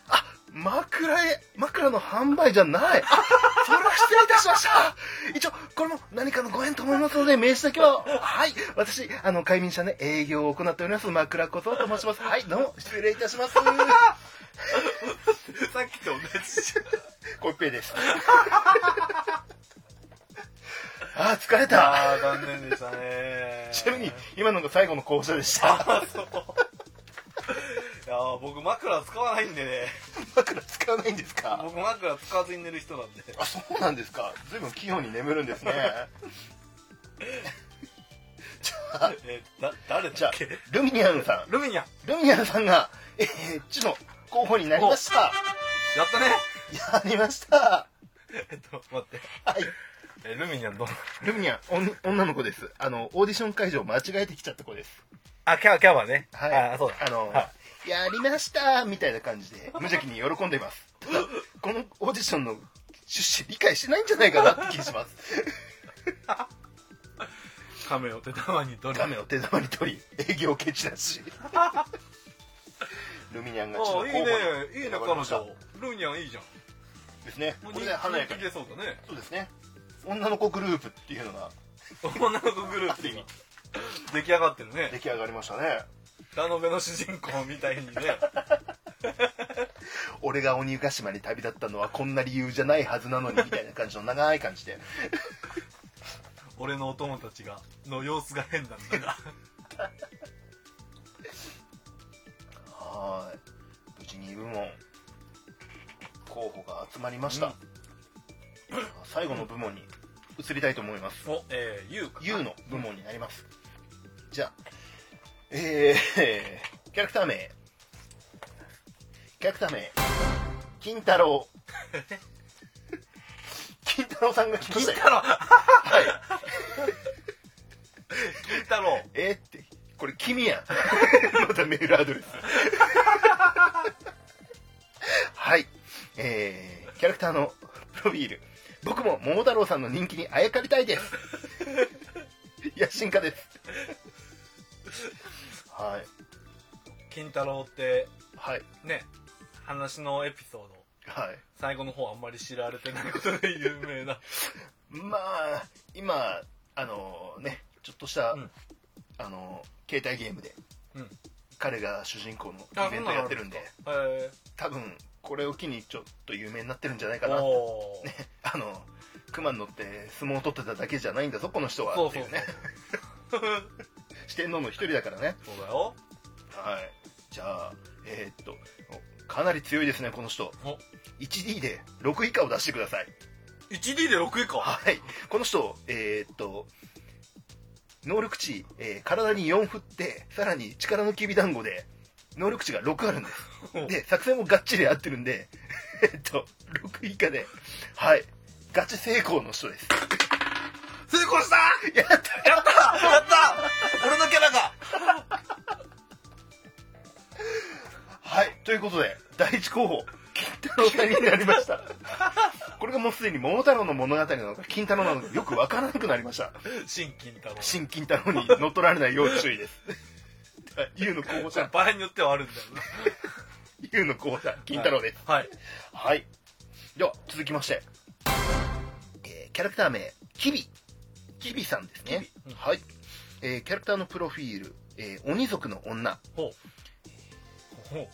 Speaker 2: あ、枕へ、枕の販売じゃない。あ、それは失礼いたしました。一応、これも何かのご縁と思いますので、名刺だけは、はい。私、あの、快眠社で営業を行っております、枕小僧と申します。はい、どうも、失礼いたします。
Speaker 1: さっきと同じじゃん。
Speaker 2: コピペです。あ、疲れた。
Speaker 1: ああ、残念でしたね。
Speaker 2: ちなみに、今のが最後の校舎でした。
Speaker 1: あそう。いやー僕枕使わないんでね。
Speaker 2: 枕使わないんですか
Speaker 1: 僕枕使わずに寝る人なんで。
Speaker 2: あそうなんですか随分器用に眠るんです ねじゃあ
Speaker 1: えー、だ、誰
Speaker 2: じゃ
Speaker 1: だ
Speaker 2: あ
Speaker 1: っけ
Speaker 2: ルミニアンさん
Speaker 1: ルミニャン。
Speaker 2: ルミニアンさんがえー、ちの候補になりました
Speaker 1: やったね。
Speaker 2: やりました
Speaker 1: えっと、待って。
Speaker 2: はい
Speaker 1: えールミニャンどう
Speaker 2: ルミニアンおん女の子ですあのオーディション会場間違えてきちゃった子です
Speaker 1: あ、キャバ、キャバね。
Speaker 2: はい
Speaker 1: あ、そうだ。
Speaker 2: あの、
Speaker 1: は
Speaker 2: やりましたみたいな感じ で無邪気に喜んでいますただこのオーディションの趣旨理解してないんじゃないかなって気がします
Speaker 1: 亀を手玉に取り。
Speaker 2: 画面を手玉に取り営業蹴散 らしルミニャンがちょっ
Speaker 1: あ
Speaker 2: と
Speaker 1: あ、いいね。いいね、彼
Speaker 2: で
Speaker 1: 女。ルミニャンいいじゃん。
Speaker 2: すね
Speaker 1: もう
Speaker 2: これで華や
Speaker 1: 人
Speaker 2: かに
Speaker 1: 気出そうだね。
Speaker 2: そうですね女の子グループっていうのが
Speaker 1: 女の子グループが出来上がってるね
Speaker 2: 出来上がりましたね
Speaker 1: ラノベの主人公みたいにね
Speaker 2: 俺が鬼ヶ島に旅立ったのはこんな理由じゃないはずなのにみたいな感じの長い感じで
Speaker 1: 俺のお友達がの様子が変なんだが
Speaker 2: はーい無事に部門候補が集まりました、じゃあ最後の部門に移りたいと思います
Speaker 1: おえー、ゆう
Speaker 2: U の部門になります、じゃあえー、キャラクター名キャラクター名金太郎金太郎さんが来ましたよ
Speaker 1: 太郎金太郎
Speaker 2: えーってこれ君やん またメールアドレス はいえー、キャラクターのプロフィール僕 も桃太郎さんの人気にあやかりたいです野心家ですはい
Speaker 1: 金太郎って
Speaker 2: はい
Speaker 1: ね話のエピソード
Speaker 2: はい
Speaker 1: 最後の方あんまり知られてないことで有名な
Speaker 2: まあ今あのねちょっとした、
Speaker 1: うん
Speaker 2: あの携帯ゲームで、
Speaker 1: うん
Speaker 2: 彼が主人公のイベントやってるんで
Speaker 1: へ
Speaker 2: 多分これを機にちょっと有名になってるんじゃない
Speaker 1: え
Speaker 2: かな
Speaker 1: おお、
Speaker 2: あの熊に乗って相撲を取ってただけじゃないんだぞこの人は
Speaker 1: そう
Speaker 2: っ
Speaker 1: そ
Speaker 2: て
Speaker 1: う
Speaker 2: い
Speaker 1: そうう
Speaker 2: ね 四天王の一人だからね
Speaker 1: そうだよ
Speaker 2: はいじゃあえーっとおかなり強いですねこの人
Speaker 1: お
Speaker 2: 1D で6以下を出してください
Speaker 1: 1D で6位か
Speaker 2: はいこの人えーっと能力値、えー体に4振ってさらに力のきび団子で能力値が6あるんですで作戦もがっちり合ってるんで えーっと6以下ではいガチ成功の人です
Speaker 1: 成功した
Speaker 2: やった
Speaker 1: やったやった俺のキャラが
Speaker 2: はい、ということで、第一候補、金太郎さんになりました。これがもうすでに桃太郎の物語なのか、金太郎なのかよくわからなくなりました。
Speaker 1: 新金太郎
Speaker 2: 新金太郎に乗っ取られないよう注意です。 優の候補者、
Speaker 1: 場合によってはあるんだよね
Speaker 2: 優の候補者、金太郎です。
Speaker 1: はい
Speaker 2: はい。では、続きまして。えーキャラクター名、キビ。キビさんですね。はい。えーキャラクターのプロフィール、えー鬼族の女。
Speaker 1: ほうほう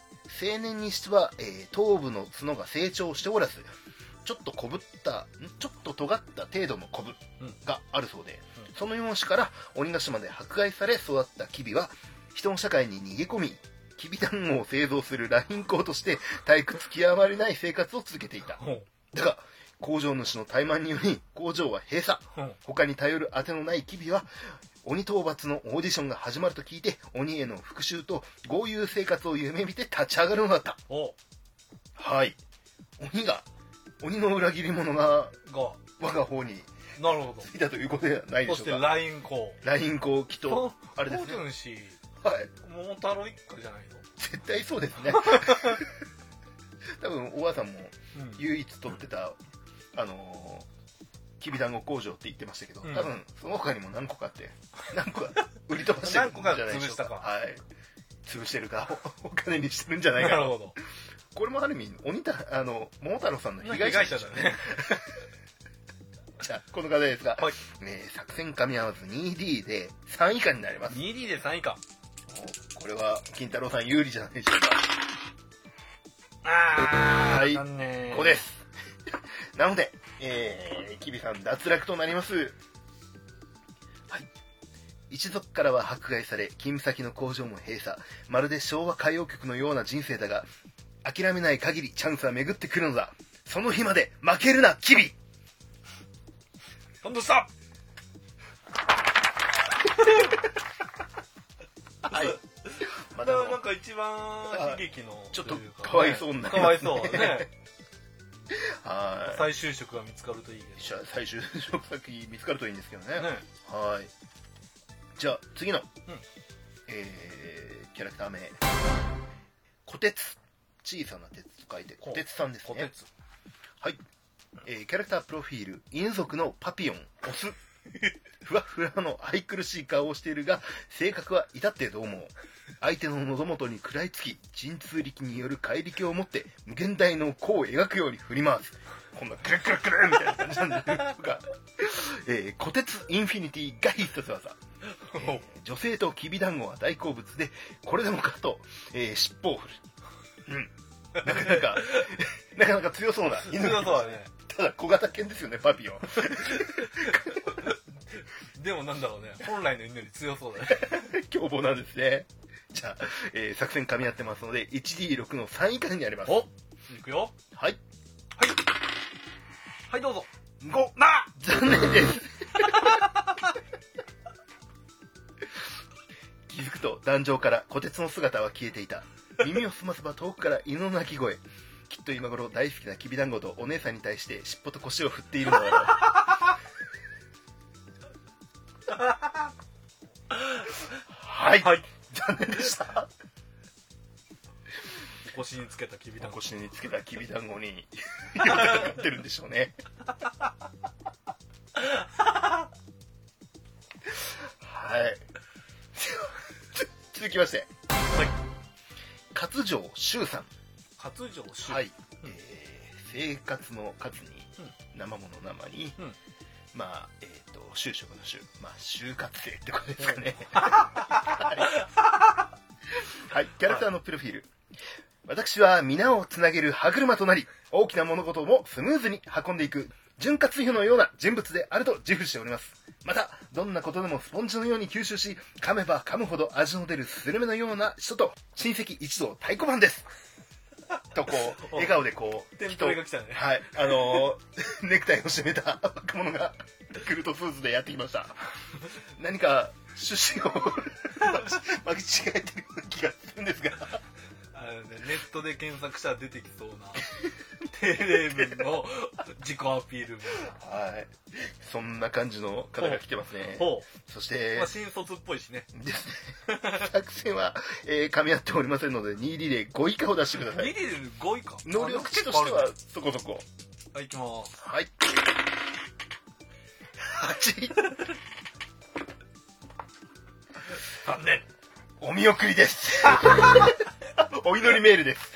Speaker 2: 青年にしては、えー頭部の角が成長しておらずちょっとこぶったんちょっと尖った程度のこぶ
Speaker 1: うん
Speaker 2: があるそうで、その容姿から鬼ヶ島で迫害され育ったキビは人の社会に逃げ込みきび団子を製造するライン工として退屈極まりない生活を続けていた
Speaker 1: ほう
Speaker 2: だが工場主の怠慢により工場は閉鎖
Speaker 1: ほう
Speaker 2: 他に頼る当てのないキビは鬼討伐のオーディションが始まると聞いて鬼への復讐と豪遊生活を夢見て立ち上がるのだった
Speaker 1: ほ
Speaker 2: はい鬼が鬼の裏切り者が
Speaker 1: うが
Speaker 2: 我が方に
Speaker 1: なるほど
Speaker 2: いたということではないで
Speaker 1: そ
Speaker 2: し
Speaker 1: し
Speaker 2: ょ
Speaker 1: て
Speaker 2: うか
Speaker 1: LINE こう
Speaker 2: ライン公きとあれです
Speaker 1: ポー
Speaker 2: ね
Speaker 1: テン氏
Speaker 2: はい
Speaker 1: 桃太郎一家じゃないの
Speaker 2: 絶対そう ですね多分おばあさんも
Speaker 1: うん
Speaker 2: 唯一取ってたあのーきびだんご工場って言ってましたけど、
Speaker 1: うん
Speaker 2: 多分その他にも何個かあって 何個か売り飛ばしてるんじゃないでしょう
Speaker 1: 何個か潰したか
Speaker 2: はい潰してるか おお金にしてるんじゃない
Speaker 1: な
Speaker 2: か
Speaker 1: る
Speaker 2: な
Speaker 1: ほど
Speaker 2: これもある意味鬼たあの桃太郎さんの被
Speaker 1: 被
Speaker 2: 害
Speaker 1: 害
Speaker 2: 者
Speaker 1: 者だね
Speaker 2: じゃあこの方ですが、
Speaker 1: はい
Speaker 2: えー作戦噛み合わず 2D で3以下になります
Speaker 1: 2D で3位か
Speaker 2: おこれは金太郎さん有利じゃないでしょうか
Speaker 1: あ
Speaker 2: はい
Speaker 1: 残念
Speaker 2: ここです なので、えー、キビさん脱落となりますはい一族からは迫害され勤務先の工場も閉鎖まるで昭和歌謡曲のような人生だが諦めない限りチャンスは巡ってくるのだその日まで負けるなキビ
Speaker 1: 感動した
Speaker 2: はい
Speaker 1: だから
Speaker 2: またあ
Speaker 1: な
Speaker 2: の
Speaker 1: んか一番悲劇の
Speaker 2: ちょっと
Speaker 1: いね
Speaker 2: かわいそうになり
Speaker 1: か
Speaker 2: ま
Speaker 1: わい
Speaker 2: すね
Speaker 1: そう ね
Speaker 2: はい
Speaker 1: 再就職が見つかるといいけ
Speaker 2: じゃあ最終 職先見つかるといいんですけどね
Speaker 1: どね
Speaker 2: はいじゃあ次の、
Speaker 1: ん
Speaker 2: えーキャラクター名小鉄小さな鉄と書いて小鉄さんです
Speaker 1: 小
Speaker 2: ね
Speaker 1: 鉄
Speaker 2: はい、えーキャラクタープロフィール犬族のパピオンオスふわふわの愛くるしい顔をしているが性格は至ってどうも相手の喉元に食らいつき神通力による怪力を持って無限大の弧を描くように振り回すこんなクルクルクルみたいな感じなんだけどえー、虎鉄インフィニティが必殺技えー女性ときびだんごは大好物でこれでもかと、えー尻尾を振る、うん、なかなか なかなか強そうな犬
Speaker 1: 犬だとはね
Speaker 2: ただ小型犬ですよねパピオン
Speaker 1: でもなんだろうね本来の犬より強そうだね
Speaker 2: 凶暴なんですねじゃあ、えー作戦噛み合ってますので 1D6 の3以下になります
Speaker 1: おいくよ
Speaker 2: はい
Speaker 1: はいどうぞ
Speaker 2: 5
Speaker 1: な
Speaker 2: 残念です 気づくと壇上から虎鉄の姿は消えていた耳を澄ませば遠くから犬の鳴き声きっと今頃大好きなきびだんごとお姉さんに対して尻尾と腰を振っているのだろうはい、
Speaker 1: はい
Speaker 2: 残念でした
Speaker 1: お腰につけたきびだんご
Speaker 2: 腰につけたきびだんごに よくかかってるんでしょうねはい続ききまして勝城周さん
Speaker 1: 活情し
Speaker 2: はい、えー生活の活に、生もの生に、
Speaker 1: うん
Speaker 2: まあえっ、と就職の就まあ就活生ってことですかねはい、はい、キャラクターのプロフィール、私は皆をつなげる歯車となり大きな物事もスムーズに運んでいく潤滑油のような人物であると自負しておりますまたどんなことでもスポンジのように吸収し噛めば噛むほど味の出るスルメのような人と親戚一同太鼓判ですとこう笑顔でこう
Speaker 1: テンプレが来たね
Speaker 2: はいあのー ネクタイを締めた若者がクルトスーツでやってきました何か趣旨を 間違えてるような気がするんですが
Speaker 1: あのねネットで検索したら出てきそうな定例文の自己アピール文
Speaker 2: はい。そんな感じの方が来てますね。
Speaker 1: ほ、
Speaker 2: そうし
Speaker 1: え
Speaker 2: て
Speaker 1: まあ、、新卒っぽいしね
Speaker 2: ですね。作戦は、えー噛み合っておりませんので、2リレー5以下を出してくださ
Speaker 1: リ
Speaker 2: い。
Speaker 1: リル5位か
Speaker 2: 能力値としては、そこそこ。
Speaker 1: あいきます
Speaker 2: はい。8。
Speaker 1: 残念
Speaker 2: お見送 りです。お祈りメールです。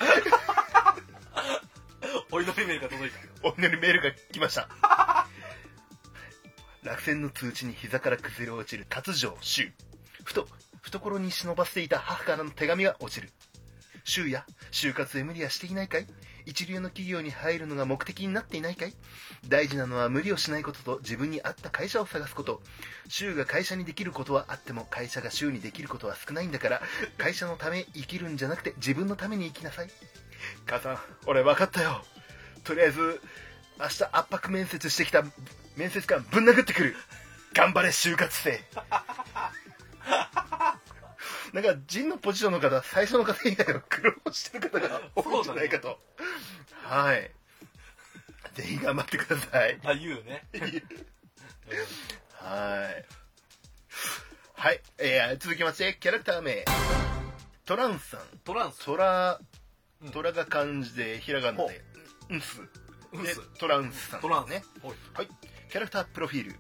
Speaker 1: お祈りメールが届いた
Speaker 2: お祈りメールが来ました。落選の通知に膝から崩れ落ちる達城周ふと懐に忍ばせていた母からの手紙が落ちる周や就活へ無理はしていないかい一流の企業に入るのが目的になっていないかい大事なのは無理をしないことと自分に合った会社を探すこと周が会社にできることはあっても会社が周にできることは少ないんだから会社のため生きるんじゃなくて自分のために生きなさい母さん俺分かったよとりあえず明日圧迫面接してきた面接官ぶん殴ってくる頑張れ就活生 なんか陣のポジションの方最初の方以外は苦労してる方が多いんじゃないかと、はいぜひ頑張ってください
Speaker 1: あ言うね
Speaker 2: はいはい、えー続きましてキャラクター名トランスさん
Speaker 1: トランス
Speaker 2: トラ
Speaker 1: うん
Speaker 2: トラが漢字でひらがなでうんす
Speaker 1: うん
Speaker 2: ですトランスさん
Speaker 1: トランス
Speaker 2: ね
Speaker 1: ほい
Speaker 2: はい、キャラクタープロフィール、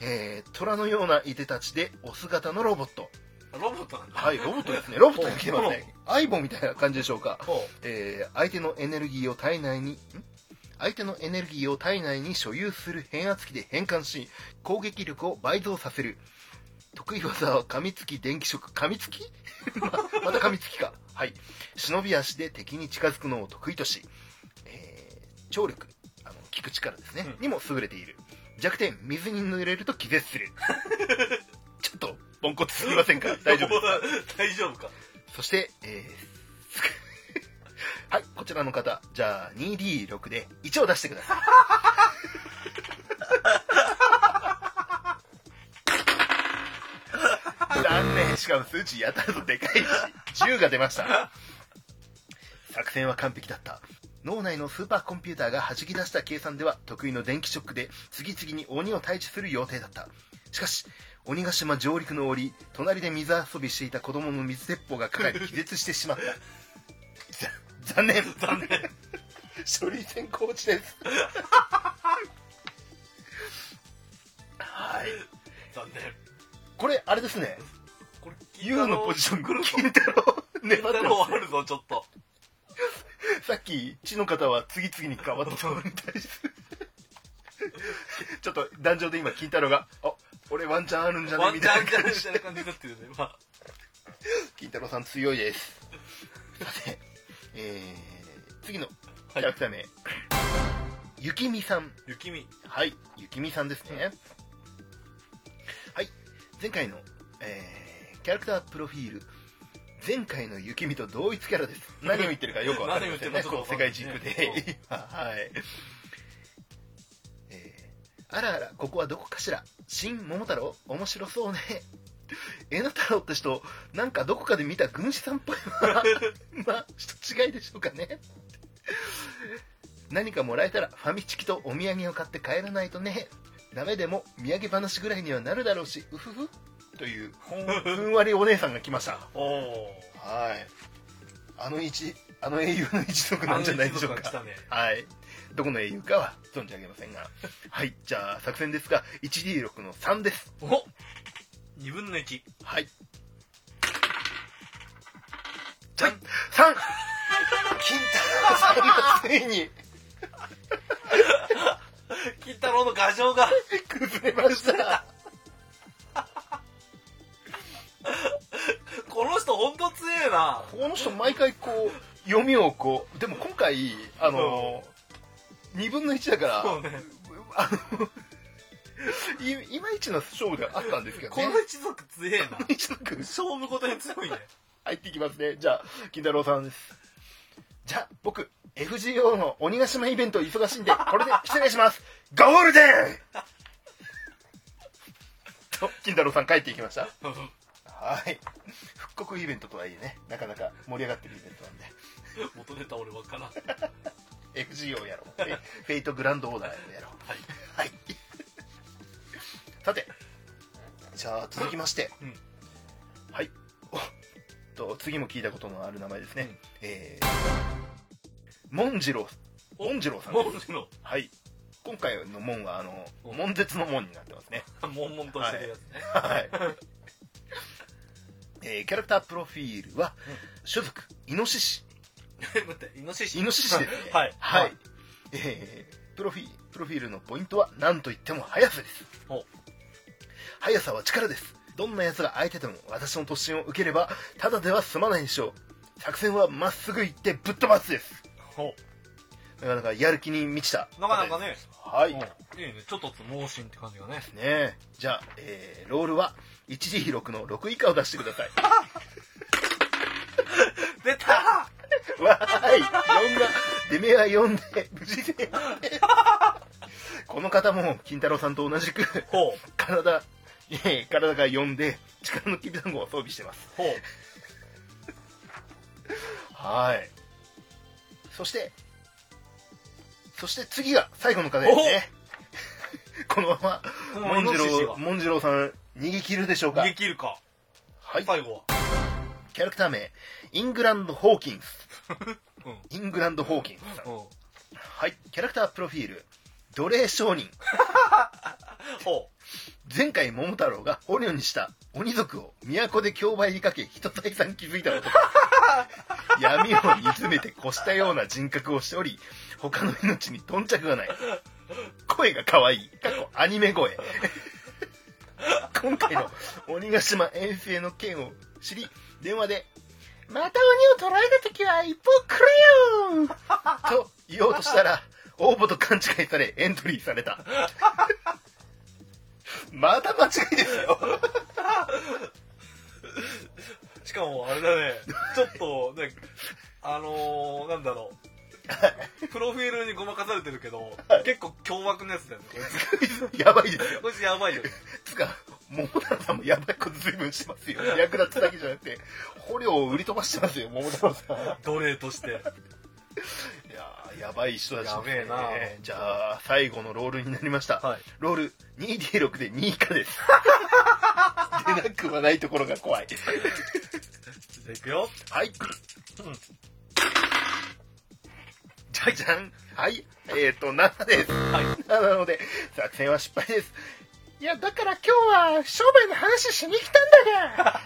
Speaker 2: えー、虎のようないでたちでオス型のロボット
Speaker 1: ロボットなんだ
Speaker 2: はいロボットですねロボットに来てますねアイボみたいな感じでしょうか、
Speaker 1: ほ
Speaker 2: えー、相手のエネルギーを体内にん相手のエネルギーを体内に所有する変圧器で変換し攻撃力を倍増させる得意技は噛みつき電気食噛みつき ままた噛みつきかはい忍び足で敵に近づくのを得意とし、えー、聴力あの聞く力ですね、
Speaker 1: うん
Speaker 2: にも優れている弱点水に濡れると気 絶するちょっとポンコツすぎませんか
Speaker 1: う
Speaker 2: 大丈夫ですか
Speaker 1: 大丈夫か
Speaker 2: そして、えー、 すはい、こちらの方、じゃあ 2D6 で1を出してください。残念、しかも数値やたらとでかいし、10が出ました。作戦は完璧だった。脳内のスーパーコンピューターが弾き出した計算では得意の電気ショックで次々に鬼を退治する予定だった。しかし、鬼ヶ島上陸の折、隣で水遊びしていた子供の水鉄砲がかかり気絶してしまった。ざ 残念残念処理戦コーチです。はい。
Speaker 1: 残念
Speaker 2: これ、あれですね。
Speaker 1: これ
Speaker 2: U のポジション、
Speaker 1: 来るぞ
Speaker 2: 金太郎、粘
Speaker 1: 金
Speaker 2: って
Speaker 1: 太
Speaker 2: ま
Speaker 1: 郎あるぞちょっと
Speaker 2: す。さっき、地の方は次々に変わったに対して。ちょっと、壇上で今、金太郎が、あ、俺ワンチャンあるんじゃね
Speaker 1: ワン
Speaker 2: み
Speaker 1: チ
Speaker 2: た
Speaker 1: ャ
Speaker 2: い
Speaker 1: ンじ
Speaker 2: な
Speaker 1: ゃみ
Speaker 2: 感じ
Speaker 1: たいな感じになってるねまあ
Speaker 2: 金太郎さん強いです。さて、えー、次のキャラクタ ー名。ゆきみさん。
Speaker 1: 雪見
Speaker 2: はい、ゆきみさんですね。はい、前回の、えーキャラクタープロフィール。前回のゆきみと同一キャラです。何を言ってるかよくわかりませんね。
Speaker 1: 何を言
Speaker 2: こ
Speaker 1: っ
Speaker 2: う
Speaker 1: て
Speaker 2: 世
Speaker 1: るか
Speaker 2: 界
Speaker 1: ちょ
Speaker 2: 軸
Speaker 1: っとわかんないね
Speaker 2: で。はい。えーあらあら、ここはどこかしら。新桃太郎、面白そうね。えの太郎って人、なんかどこかで見た軍師さんっぽい わまあ、人違いでしょうかね。何かもらえたらファミチキとお土産を買って帰らないとねダメでも土産話ぐらいにはなるだろうしうふふというほん ふんわりお姉さんが来ました
Speaker 1: おお
Speaker 2: はいあの一あの英雄の一族なんじゃないでしょう
Speaker 1: あの一族
Speaker 2: か
Speaker 1: が来たね
Speaker 2: はいどこの英雄かは存じ上げませ んがはいじゃあ作戦ですが 1D6 の3です
Speaker 1: お二2分の1
Speaker 2: はいはい三金太郎さんがついに
Speaker 1: 金太郎の画像が、
Speaker 2: 崩れました
Speaker 1: この人ほんと強えな。
Speaker 2: この人毎回こう読みをこうでも今回あの、二2分の1だから
Speaker 1: そうね。
Speaker 2: あのいいまいちな勝負ではあったんですけど
Speaker 1: こ
Speaker 2: ね
Speaker 1: の一族強えな。
Speaker 2: 一族
Speaker 1: 勝負ごとに強いね。
Speaker 2: 入ってきますねじゃあ金太郎さんですじゃあ僕 FGO の鬼ヶ島イベント忙しいんでこれで失礼しますゴールデン と金太郎さん帰っていきましたはい復刻イベントとはいえねなかなか盛り上がってるイベントなんで
Speaker 1: 元ネタ俺わからん。
Speaker 2: FGO やろうフェイフェイトグランドオーダーやろう
Speaker 1: はい。
Speaker 2: はいさてじゃあ続きまして、
Speaker 1: うん
Speaker 2: はいおっと次も聞いたことのある名前ですね、
Speaker 1: うん
Speaker 2: えー、モンジロウモンジロウさん
Speaker 1: モ
Speaker 2: です
Speaker 1: ンジの、
Speaker 2: はい今回の門はあの
Speaker 1: お
Speaker 2: 悶絶の門になってますね
Speaker 1: 悶々としてるやつね。
Speaker 2: はい、えー、キャラクタープロフィールは、種族イノシシ
Speaker 1: 待って、イノシシ。
Speaker 2: イノシシです ね
Speaker 1: はい
Speaker 2: はい、
Speaker 1: はい
Speaker 2: えープロフィプロフィールのポイントは何といっても速さです
Speaker 1: お
Speaker 2: 速さは力ですどんな奴が相手でも私の突進を受ければただでは済まないでしょう作戦はまっすぐ行ってぶっ飛ばすです
Speaker 1: ほ
Speaker 2: なかなかやる気に満ちた
Speaker 1: なかなかね、
Speaker 2: はい、ね
Speaker 1: うんいいね。ちょっとつ盲信って感じがね。
Speaker 2: えじゃあ、えーロールは1 d 6の6以下を出してください
Speaker 1: 出た
Speaker 2: わーい4が出目は4で無事 でこの方も金太郎さんと同じく
Speaker 1: ほう。
Speaker 2: 体、えー体が4で力のきびだんごを装備してます。
Speaker 1: ほう。
Speaker 2: はい。そして、そして次が最後の方ですね。 このま
Speaker 1: この
Speaker 2: ま、モンジ
Speaker 1: イノシシ
Speaker 2: ロ
Speaker 1: は
Speaker 2: ウ、モンジロウさん、逃げ切るでしょうか
Speaker 1: 逃。げ切るか。
Speaker 2: はい。
Speaker 1: 最後は。
Speaker 2: キャラクター名、イングランド・ホーキンス。
Speaker 1: うん
Speaker 2: イングランド・ホーキンスさん。
Speaker 1: ほ
Speaker 2: はい。キャラクタープロフィール、奴隷商人。
Speaker 1: う。
Speaker 2: 前回桃太郎が捕虜にした鬼族を都で競売にかけ人と遺産築いた男闇を煮詰めて越したような人格をしており他の命に頓着がない声が可愛い過去アニメ声今回の鬼ヶ島遠征の件を知り電話で「また鬼を捕らえた時は一報くれよ!」と言おうとしたら応募と勘違いされエントリーされたまた間違いですよ
Speaker 1: しかも、あれだね。ちょっと、ね、あのー、なんだろう。プロフィールにごまかされてるけど、結構凶悪なやつだよね。こいつ
Speaker 2: やばいですよ。
Speaker 1: こいつやばいよね。
Speaker 2: つか、桃太郎さんもやばいこと随分してますよ。役立つだけじゃなくて、捕虜を売り飛ばしてますよ、桃太郎さん。い
Speaker 1: 奴隷として。
Speaker 2: やーやばい人たちですね
Speaker 1: やべえな
Speaker 2: じゃあ、最後のロールになりました。
Speaker 1: はい
Speaker 2: ロール 2D6 で2以 下です。出なくはないところが怖い。
Speaker 1: じゃあいくよ。
Speaker 2: はい。じゃじゃん。はい。えっ、ー、と、7です。7なので、作戦は失敗です。
Speaker 7: いや、だから今日は商売の話しに来たんだが。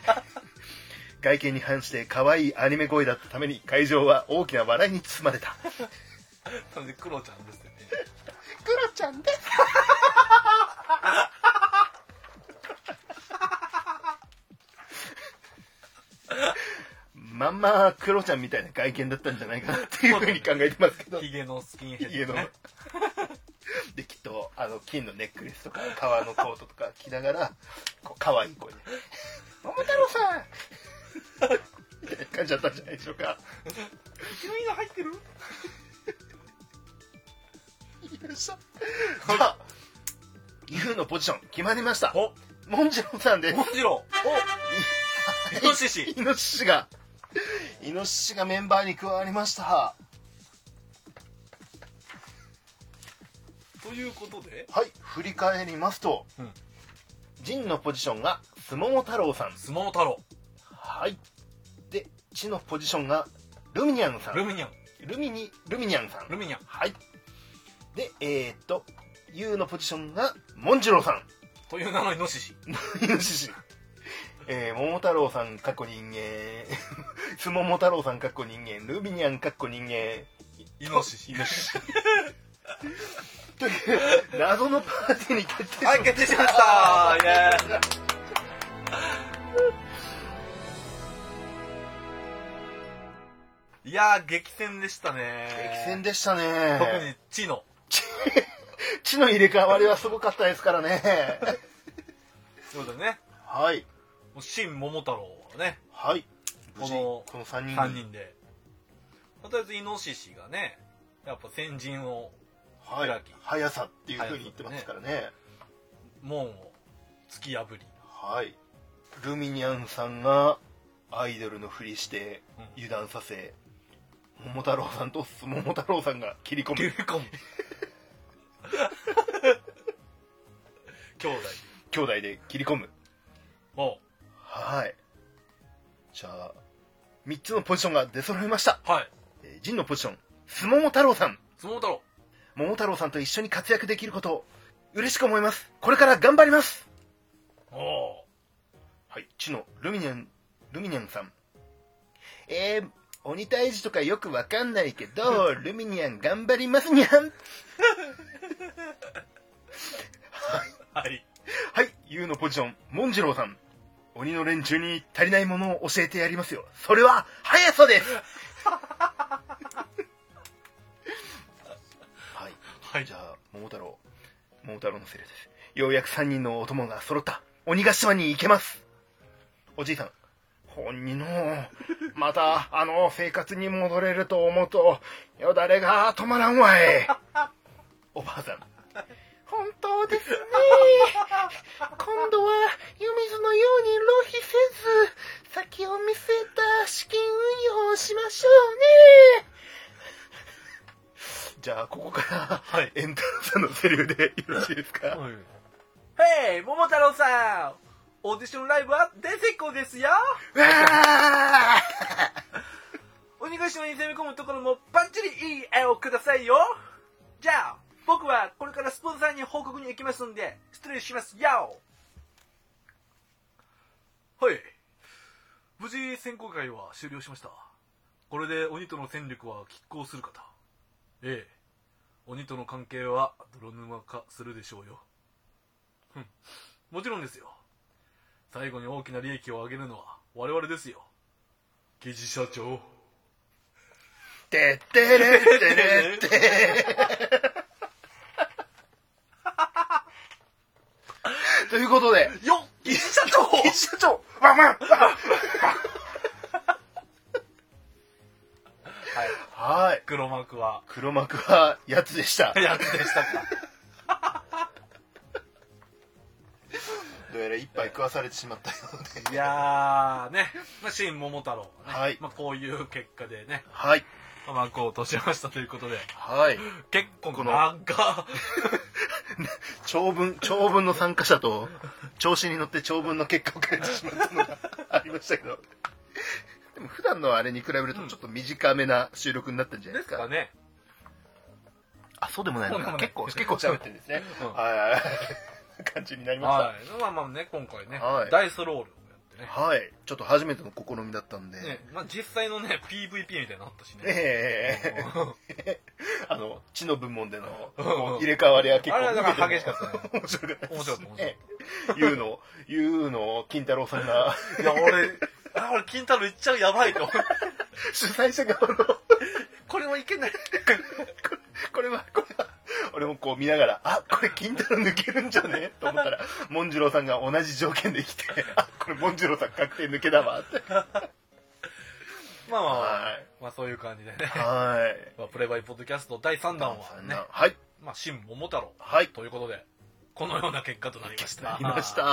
Speaker 2: 外見に反して可愛いアニメ声だったために会場は大きな笑いに包まれた
Speaker 1: なんで、クロちゃんですよね。
Speaker 7: クロちゃんです。
Speaker 2: まんまクロちゃんみたいな外見だったんじゃないかなっていうふうに考えてますけど
Speaker 1: ヒゲのスキンヘ
Speaker 2: 家
Speaker 1: ッド、
Speaker 2: の
Speaker 1: ね。
Speaker 2: できっとあの金のネックレスとか革のコートとか着ながらこう可愛い声で
Speaker 7: 桃太郎さん、
Speaker 2: みたいな感じだったんじゃないでしょうか
Speaker 1: 君が入ってる
Speaker 2: よっしゃさあ U のポジション決まりました
Speaker 1: お
Speaker 2: モンジロウさんです
Speaker 1: もちろん。おイノシシ。
Speaker 2: イノシシが、イノシシがメンバーに加わりました。
Speaker 1: ということで、
Speaker 2: はい、振り返りますと、
Speaker 1: うん
Speaker 2: ジンのポジションが、スモモ太郎さん。
Speaker 1: スモモ太郎、
Speaker 2: はい。で、チのポジションが、ルミニャンさん。
Speaker 1: ルミニャン、
Speaker 2: ルミニ、ルミニャンさ
Speaker 1: ル
Speaker 2: ん。
Speaker 1: ミニャン。
Speaker 2: はい。で、えー、っと、ユウのポジションが、モンジロウさん。
Speaker 1: という名のイ ノシシ。
Speaker 2: イノシシ。えー、桃太郎さん、過去人間、 スモモ太郎さんかっこ人間ルミニャンかっこ人間
Speaker 1: イノシシ、イノシシ。
Speaker 2: という 謎のパーティーに決定、
Speaker 1: はい、決定しました イエーイいやー、激戦でしたね。
Speaker 2: 激戦でした
Speaker 1: 特
Speaker 2: ね
Speaker 1: に、チノ。
Speaker 2: 地の入れ替わりはすごかったですからね
Speaker 1: そうだね。
Speaker 2: はい
Speaker 1: もう新桃太郎はね、
Speaker 2: はい無
Speaker 1: こ
Speaker 2: 事
Speaker 1: の
Speaker 2: この3人
Speaker 1: 3人で。とりあえず、イノシシがね、やっぱ先陣を、
Speaker 2: はい
Speaker 1: 開き、
Speaker 2: 速さっていうふうに言ってますからね
Speaker 1: 門を突き破り。
Speaker 2: はいルミニャンさんがアイドルのふりして
Speaker 1: うん
Speaker 2: 油断させ、桃太郎さんとスモモ太郎さんが切り込
Speaker 1: 切り
Speaker 2: む
Speaker 1: 込む。兄弟。
Speaker 2: 兄弟で切り込む
Speaker 1: おう
Speaker 2: はいじゃあ3つのポジションが出揃いました、
Speaker 1: はい。
Speaker 2: えー、陣のポジションスモモ太郎さん
Speaker 1: 相撲太郎。
Speaker 2: 桃太郎さんと一緒に活躍できることを嬉しく思いますこれから頑張ります
Speaker 1: おう
Speaker 2: はい、知のルミニャン、ルミニャンさん。えー、鬼退治とかよくわかんないけ ど、ルミニャン頑張りますにゃん。
Speaker 1: はい。
Speaker 2: はい、ユウのポジション、モンジロウさん。鬼の連中に足りないものを教えてやりますよ。それは、速 さですはい、
Speaker 1: はい
Speaker 2: じゃあ、桃太郎。桃太郎のセリフです。ようやく3人のお供が揃った。鬼ヶ島に行けます。おじいさん。本人の、また、あの、生活に戻れると思うと、よだれが止まらんわ い。おばあさん。
Speaker 7: 本当ですね。今度は湯水のように浪費せず、先を見据えた資金運用をしましょうね。
Speaker 2: じゃあ、ここから、
Speaker 1: はい
Speaker 2: エンターさんのセリフでよろしいですか。
Speaker 1: ヘイ桃太郎さんオーディションライブは大成功ですよ
Speaker 2: うわあ
Speaker 1: 鬼ヶ島に攻め込むところもバッチリいい絵をくださいよじゃあ、僕はこれからスポンサーに報告に行きますんで、失礼しますよはい。無事選考会は終了しました。これで鬼との戦力は拮抗するかと。ええ。鬼との関係は泥沼化するでしょうよ。ふん。もちろんですよ。最後に大きな利益を上げるのは我々ですよ。刑事社長。
Speaker 2: てってれってれって。 ということで、
Speaker 1: よっ刑事社長
Speaker 2: 社長ワンワン
Speaker 1: はい。
Speaker 2: はい。
Speaker 1: 黒幕は、
Speaker 2: 黒幕はやつでした。
Speaker 1: やつでしたか。
Speaker 2: どうやら一杯食わされてしまったようで。
Speaker 1: いやー、ね。まあ、新桃太郎はね。
Speaker 2: はい
Speaker 1: まあ、こういう結果でね、
Speaker 2: はい。
Speaker 1: まあ幕を落としましたということで、
Speaker 2: はい。
Speaker 1: 結構
Speaker 2: こ
Speaker 1: こ
Speaker 2: の
Speaker 1: の、 なんか、
Speaker 2: 長文、長文の参加者と、調子に乗って長文の結果を変えてしまったのがありましたけど。でも普段のあれに比べるとちょっと短めな収録になったんじゃない
Speaker 1: で
Speaker 2: ですすか。
Speaker 1: かね。
Speaker 2: あ、そうでもないの
Speaker 1: そうで
Speaker 2: か。
Speaker 1: もない
Speaker 2: 結構、結構喋ってるんですね。
Speaker 1: うん
Speaker 2: はいはいはい。感じになりました。
Speaker 1: はい。まあまあね、今回ね、
Speaker 2: はい
Speaker 1: ダイスロールをやってね。
Speaker 2: はい。ちょっと初めての試みだったんで。
Speaker 1: ね、まあ実際のね、PVP みたいになったしね。
Speaker 2: え
Speaker 1: うん
Speaker 2: えあの、知の部門での
Speaker 1: うん
Speaker 2: 入れ替わりは結 構。
Speaker 1: あれはだから激しかった
Speaker 2: ね。面白かったです。
Speaker 1: 面白かった面白かった
Speaker 2: ええゆうの、ゆうの金太郎さ んが、
Speaker 1: いや、俺、あ、俺、金太郎いっちゃうやばいと思って。
Speaker 2: 主催者側の、
Speaker 1: これもいけない。
Speaker 2: これは、これは、俺もこう見ながら、あ、これ金太郎抜けるんじゃねと思ったら、モンジローさんが同じ条件で来て、あ、これモンジローさん確定抜けだわって。
Speaker 1: まあまあまあ
Speaker 2: はい。
Speaker 1: まあそういう感じでね。
Speaker 2: はい。
Speaker 1: まあプレイバイポッドキャスト第3弾はね、
Speaker 2: はい。
Speaker 1: まあ、新桃太郎
Speaker 2: はい。
Speaker 1: ということで、このような結果となりました。
Speaker 2: ありまし。た。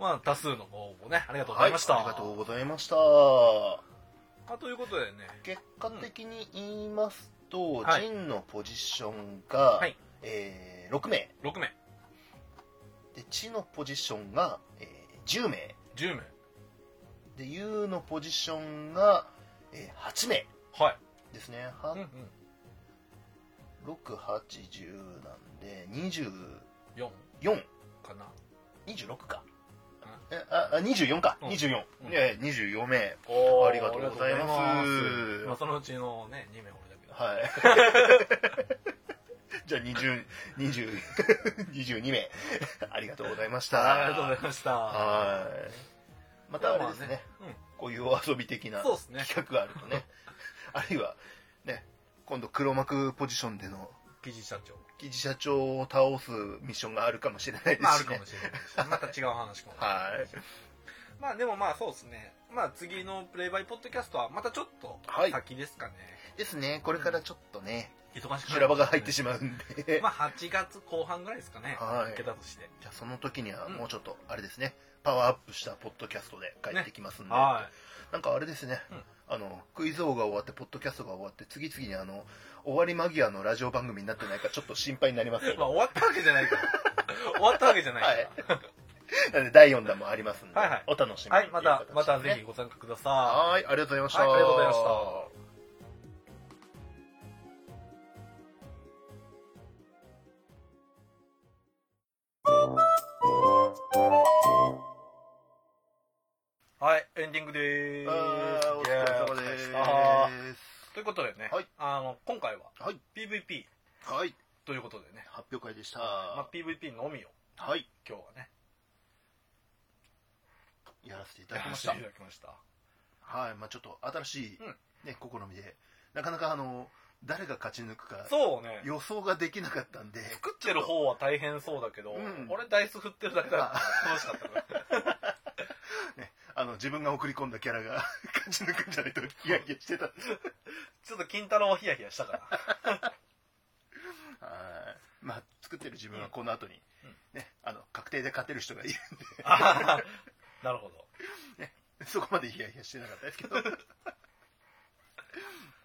Speaker 1: まあ、多数のご応募ね、ありがとうございました。
Speaker 2: はい、ありがとうございました
Speaker 1: あということでね、
Speaker 2: 結果的に言いますと、
Speaker 1: はい
Speaker 2: 陣のポジションが、
Speaker 1: はい
Speaker 2: えー6名
Speaker 1: 6名、
Speaker 2: で地のポジションが、えー10名
Speaker 1: 10名、
Speaker 2: で U のポジションが、えー8名
Speaker 1: はい。
Speaker 2: ですね、
Speaker 1: うんうん。
Speaker 2: 6810なんで24
Speaker 1: 4かな。
Speaker 2: 26か
Speaker 1: うん
Speaker 2: えああ24か、
Speaker 1: うん
Speaker 2: 24、
Speaker 1: うん
Speaker 2: いやいや24名
Speaker 1: おー
Speaker 2: ありがとうござい
Speaker 1: ありが
Speaker 2: ます
Speaker 1: とうございますまあ、そのうちのね、2名俺だけど。
Speaker 2: はい じゃあ20 20 22名ありがとうございました
Speaker 1: ありがとうございました。
Speaker 2: はいまたあれですね、
Speaker 1: まあね
Speaker 2: こういうお遊び的な
Speaker 1: そうですね
Speaker 2: 企画があるとね あるいはね今度黒幕ポジションでの
Speaker 1: うん。記事社長。
Speaker 2: 記事社長を倒すミッションがあるかもしれないですし、ね
Speaker 1: まあ、あるかもしれないし、また違う話かもしれない。
Speaker 2: はい
Speaker 1: まあ、でもまあ、そうですね。まあ、次のプレイバイポッドキャストは、またちょっと
Speaker 2: はい
Speaker 1: 先ですかね。
Speaker 2: ですねこれからちょっとね
Speaker 1: 忙しく
Speaker 2: 修羅場が入ってし
Speaker 1: ま
Speaker 2: まうんで、
Speaker 1: まあ、8月後半ぐらいですかね。
Speaker 2: はい
Speaker 1: 抜けたとして。
Speaker 2: じゃあその時にはもうちょっとあれですね、パワーアップしたポッドキャストで帰ってきますんで、
Speaker 1: はい。
Speaker 2: なんかあれですね、
Speaker 1: うん
Speaker 2: あのクイズ王が終わってポッドキャストが終わって次々にあの終わり間際のラジオ番組になってないかちょっと心配になります けど
Speaker 1: まあ、終わったわけじゃない から。終わったわけじゃないから。
Speaker 2: なんで第4弾もありますんで、
Speaker 1: はいはい
Speaker 2: お楽しみに
Speaker 1: はい、また、またぜひ
Speaker 2: ひ
Speaker 1: ご参加ください。
Speaker 2: はいありがとうございました、
Speaker 1: はいありがとうございましたはい、エンディングでーす。
Speaker 2: あーお疲れ様で
Speaker 1: いやーお疲れ様でし
Speaker 2: ーす
Speaker 1: たということでね、
Speaker 2: はい
Speaker 1: あの今回は
Speaker 2: はい
Speaker 1: PVP
Speaker 2: はい
Speaker 1: ということでね、
Speaker 2: 発表会でした、
Speaker 1: まあ、PVP のみを
Speaker 2: はい
Speaker 1: 今日はね、
Speaker 2: やらせていた
Speaker 1: や
Speaker 2: だき
Speaker 1: ら
Speaker 2: ま
Speaker 1: せ
Speaker 2: して
Speaker 1: い
Speaker 2: た
Speaker 1: ただきました。
Speaker 2: はいまあちょっと新しい、
Speaker 1: うん
Speaker 2: ね試みでなかなかあの誰が勝ち抜くか
Speaker 1: そうね、
Speaker 2: 予想ができなかったんで
Speaker 1: 作ってる方は大変そうだけど、
Speaker 2: うん
Speaker 1: 俺ダイス振ってるだけだから楽しかったから。
Speaker 2: ね、あの自分が送り込んだキャラが 勝ち抜くんじゃないとヒヤヒヤしてたんです
Speaker 1: ちょっと金太郎はヒヤヒヤしたから。
Speaker 2: はいまあ作ってる自分はこの後に、ね、あの確定で勝てる人がいる
Speaker 1: あーなるほど。
Speaker 2: そこまでヒヤヒヤしてなかったですけ ど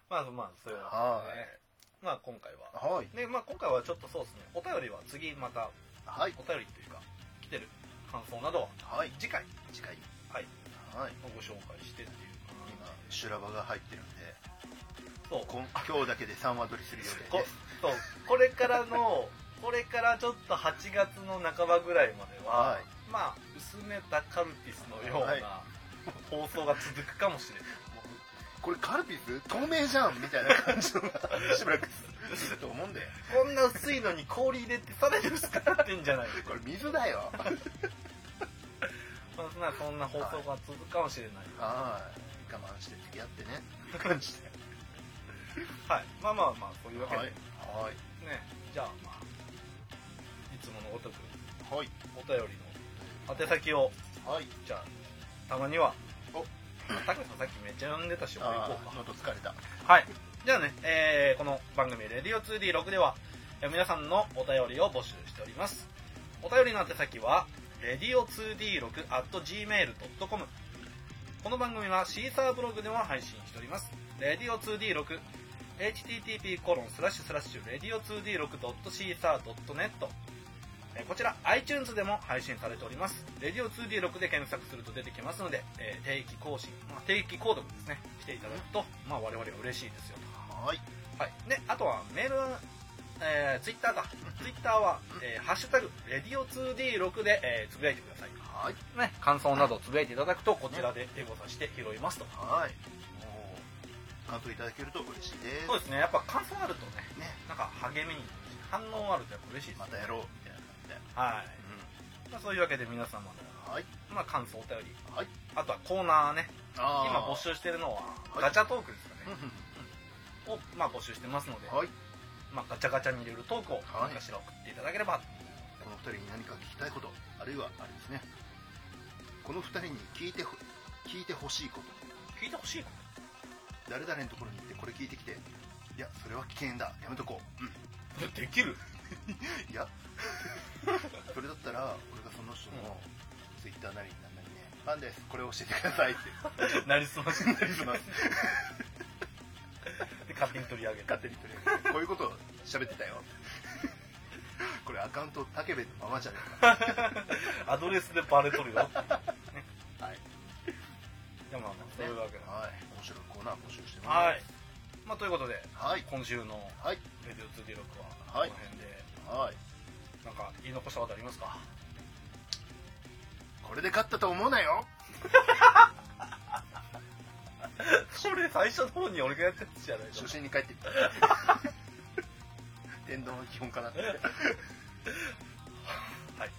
Speaker 1: まあまあ、それは、ね。まあ今回は。
Speaker 2: はい
Speaker 1: で、まあ今回はちょっとそうですね、お便りは次また、
Speaker 2: はい
Speaker 1: お便りっていうか、来てる感想などは
Speaker 2: はい
Speaker 1: 次回
Speaker 2: 次回
Speaker 1: はい
Speaker 2: はい
Speaker 1: ご紹介してっていう
Speaker 2: 今修羅場が入ってるんで
Speaker 1: そう
Speaker 2: こん今日だけで3話取りする予定
Speaker 1: こ
Speaker 2: です
Speaker 1: そうこれからのこれからちょっと8月の半ばぐらいまでは、
Speaker 2: はい
Speaker 1: まあ薄めたカルピスのよう
Speaker 2: はい
Speaker 1: な放送が続くかもしれない
Speaker 2: これカルピス透明じゃんみたいな感じのが しばらくすると思うんで
Speaker 1: こんな薄いのに氷入れてさらに薄くなってんじゃない
Speaker 2: これ水だよ
Speaker 1: まあそんなそんな放送が続くかもしれない
Speaker 2: はい我慢して付き合ってねっていう感じで
Speaker 1: はいまあまあまあそういうわけで
Speaker 2: は
Speaker 1: ね
Speaker 2: い、はい
Speaker 1: じゃあまあいつものごとく
Speaker 2: はい。
Speaker 1: お便りの宛先を
Speaker 2: はい。
Speaker 1: じゃあたまには
Speaker 2: お
Speaker 1: タクさんさっきめっちゃ呼んでたし俺行こう
Speaker 2: あ
Speaker 1: か
Speaker 2: あ、喉疲れた。
Speaker 1: はい。じゃあね、えーこの番組、レディオ 2D6 では、えー皆さんのお便りを募集しております。お便りの宛先は、レディオ 2D6.gmail.com。この番組はシーサーブログでも配信しております。レディオ 2D6、http コロンスラッシュスラッシュ、レディオ 2D6.caesar.net。えーこちら、iTunes でも配信されております。レディオ 2D6 で検索すると出てきますので、えー定期更新、まあ、定期購読ですね、していただくと、まあ、我々は嬉しいですよ
Speaker 2: はい。
Speaker 1: と。はい。ね、あとはメールは、えー、Twitter か。Twitter は、えーハッシュタグ、レディオ 2D6 で、えーつぶやいてください。
Speaker 2: はい。
Speaker 1: ね、感想などつぶやいていただくと、こちらでエゴさせて拾いますと。
Speaker 2: はい。感想いただけると嬉しいです。
Speaker 1: そうですね、やっぱ感想あるとね、
Speaker 2: ね。
Speaker 1: なんか励みに、反応あるとやっぱ嬉しいです。
Speaker 2: またやろう。みたいな感
Speaker 1: はい。
Speaker 2: じ
Speaker 1: まあ、そういうわけで皆様の、
Speaker 2: で。うん。はい。
Speaker 1: まあ、感想お便り、
Speaker 2: はい。
Speaker 1: あとはコーナーね、
Speaker 2: あ
Speaker 1: 今募。集してるのは
Speaker 2: はい
Speaker 1: ガチャトークですか
Speaker 2: う
Speaker 1: ね、
Speaker 2: ん
Speaker 1: を、まあ、募集してますので、
Speaker 2: はい。
Speaker 1: まあ、ガチャガチャに入れるトークを何かしら送っていただければ、
Speaker 2: この二人に何か聞きたいこと、あるいはあれですね。この二人に聞いてほ、聞いてほしいこと。
Speaker 1: 聞いてほしいな
Speaker 2: 誰々のところに行ってこれ聞いてきて。いや、それは危険だ。やめとこう。うん。
Speaker 1: できる
Speaker 2: い やそれだったら俺がその人のツイッターなりなんなりねファンですこれを教えてください って
Speaker 1: なりすましで
Speaker 2: なりすます
Speaker 1: 勝手に取り上げる
Speaker 2: 勝手にとりあえずこういうことを喋ってた よこれアカウント武部のままじゃねえか
Speaker 1: アドレスでバレとるよはい
Speaker 2: はい
Speaker 1: でもまあまあそういうわけなんで
Speaker 2: はい面白いコーナー募集してます
Speaker 1: はい、まあ、ということで
Speaker 2: はい
Speaker 1: 今週の
Speaker 2: はい
Speaker 1: 「レディオ 2D6」は
Speaker 2: はい
Speaker 1: この辺で
Speaker 2: はい
Speaker 1: なんか言い残したことありますか
Speaker 2: ここれで勝ったと思うなよ
Speaker 1: それ最初の方に俺がやったやつじゃない
Speaker 2: 初心に 帰ってみた電動の基本かなはい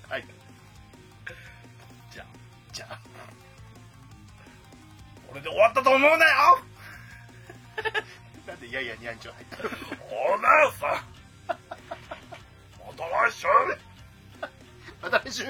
Speaker 2: はい
Speaker 1: じゃあ
Speaker 2: じゃあ
Speaker 1: これで終わったと思うな よ
Speaker 2: なんでいやいやにゃんちょ入った
Speaker 1: おな よさまた来週
Speaker 2: また来週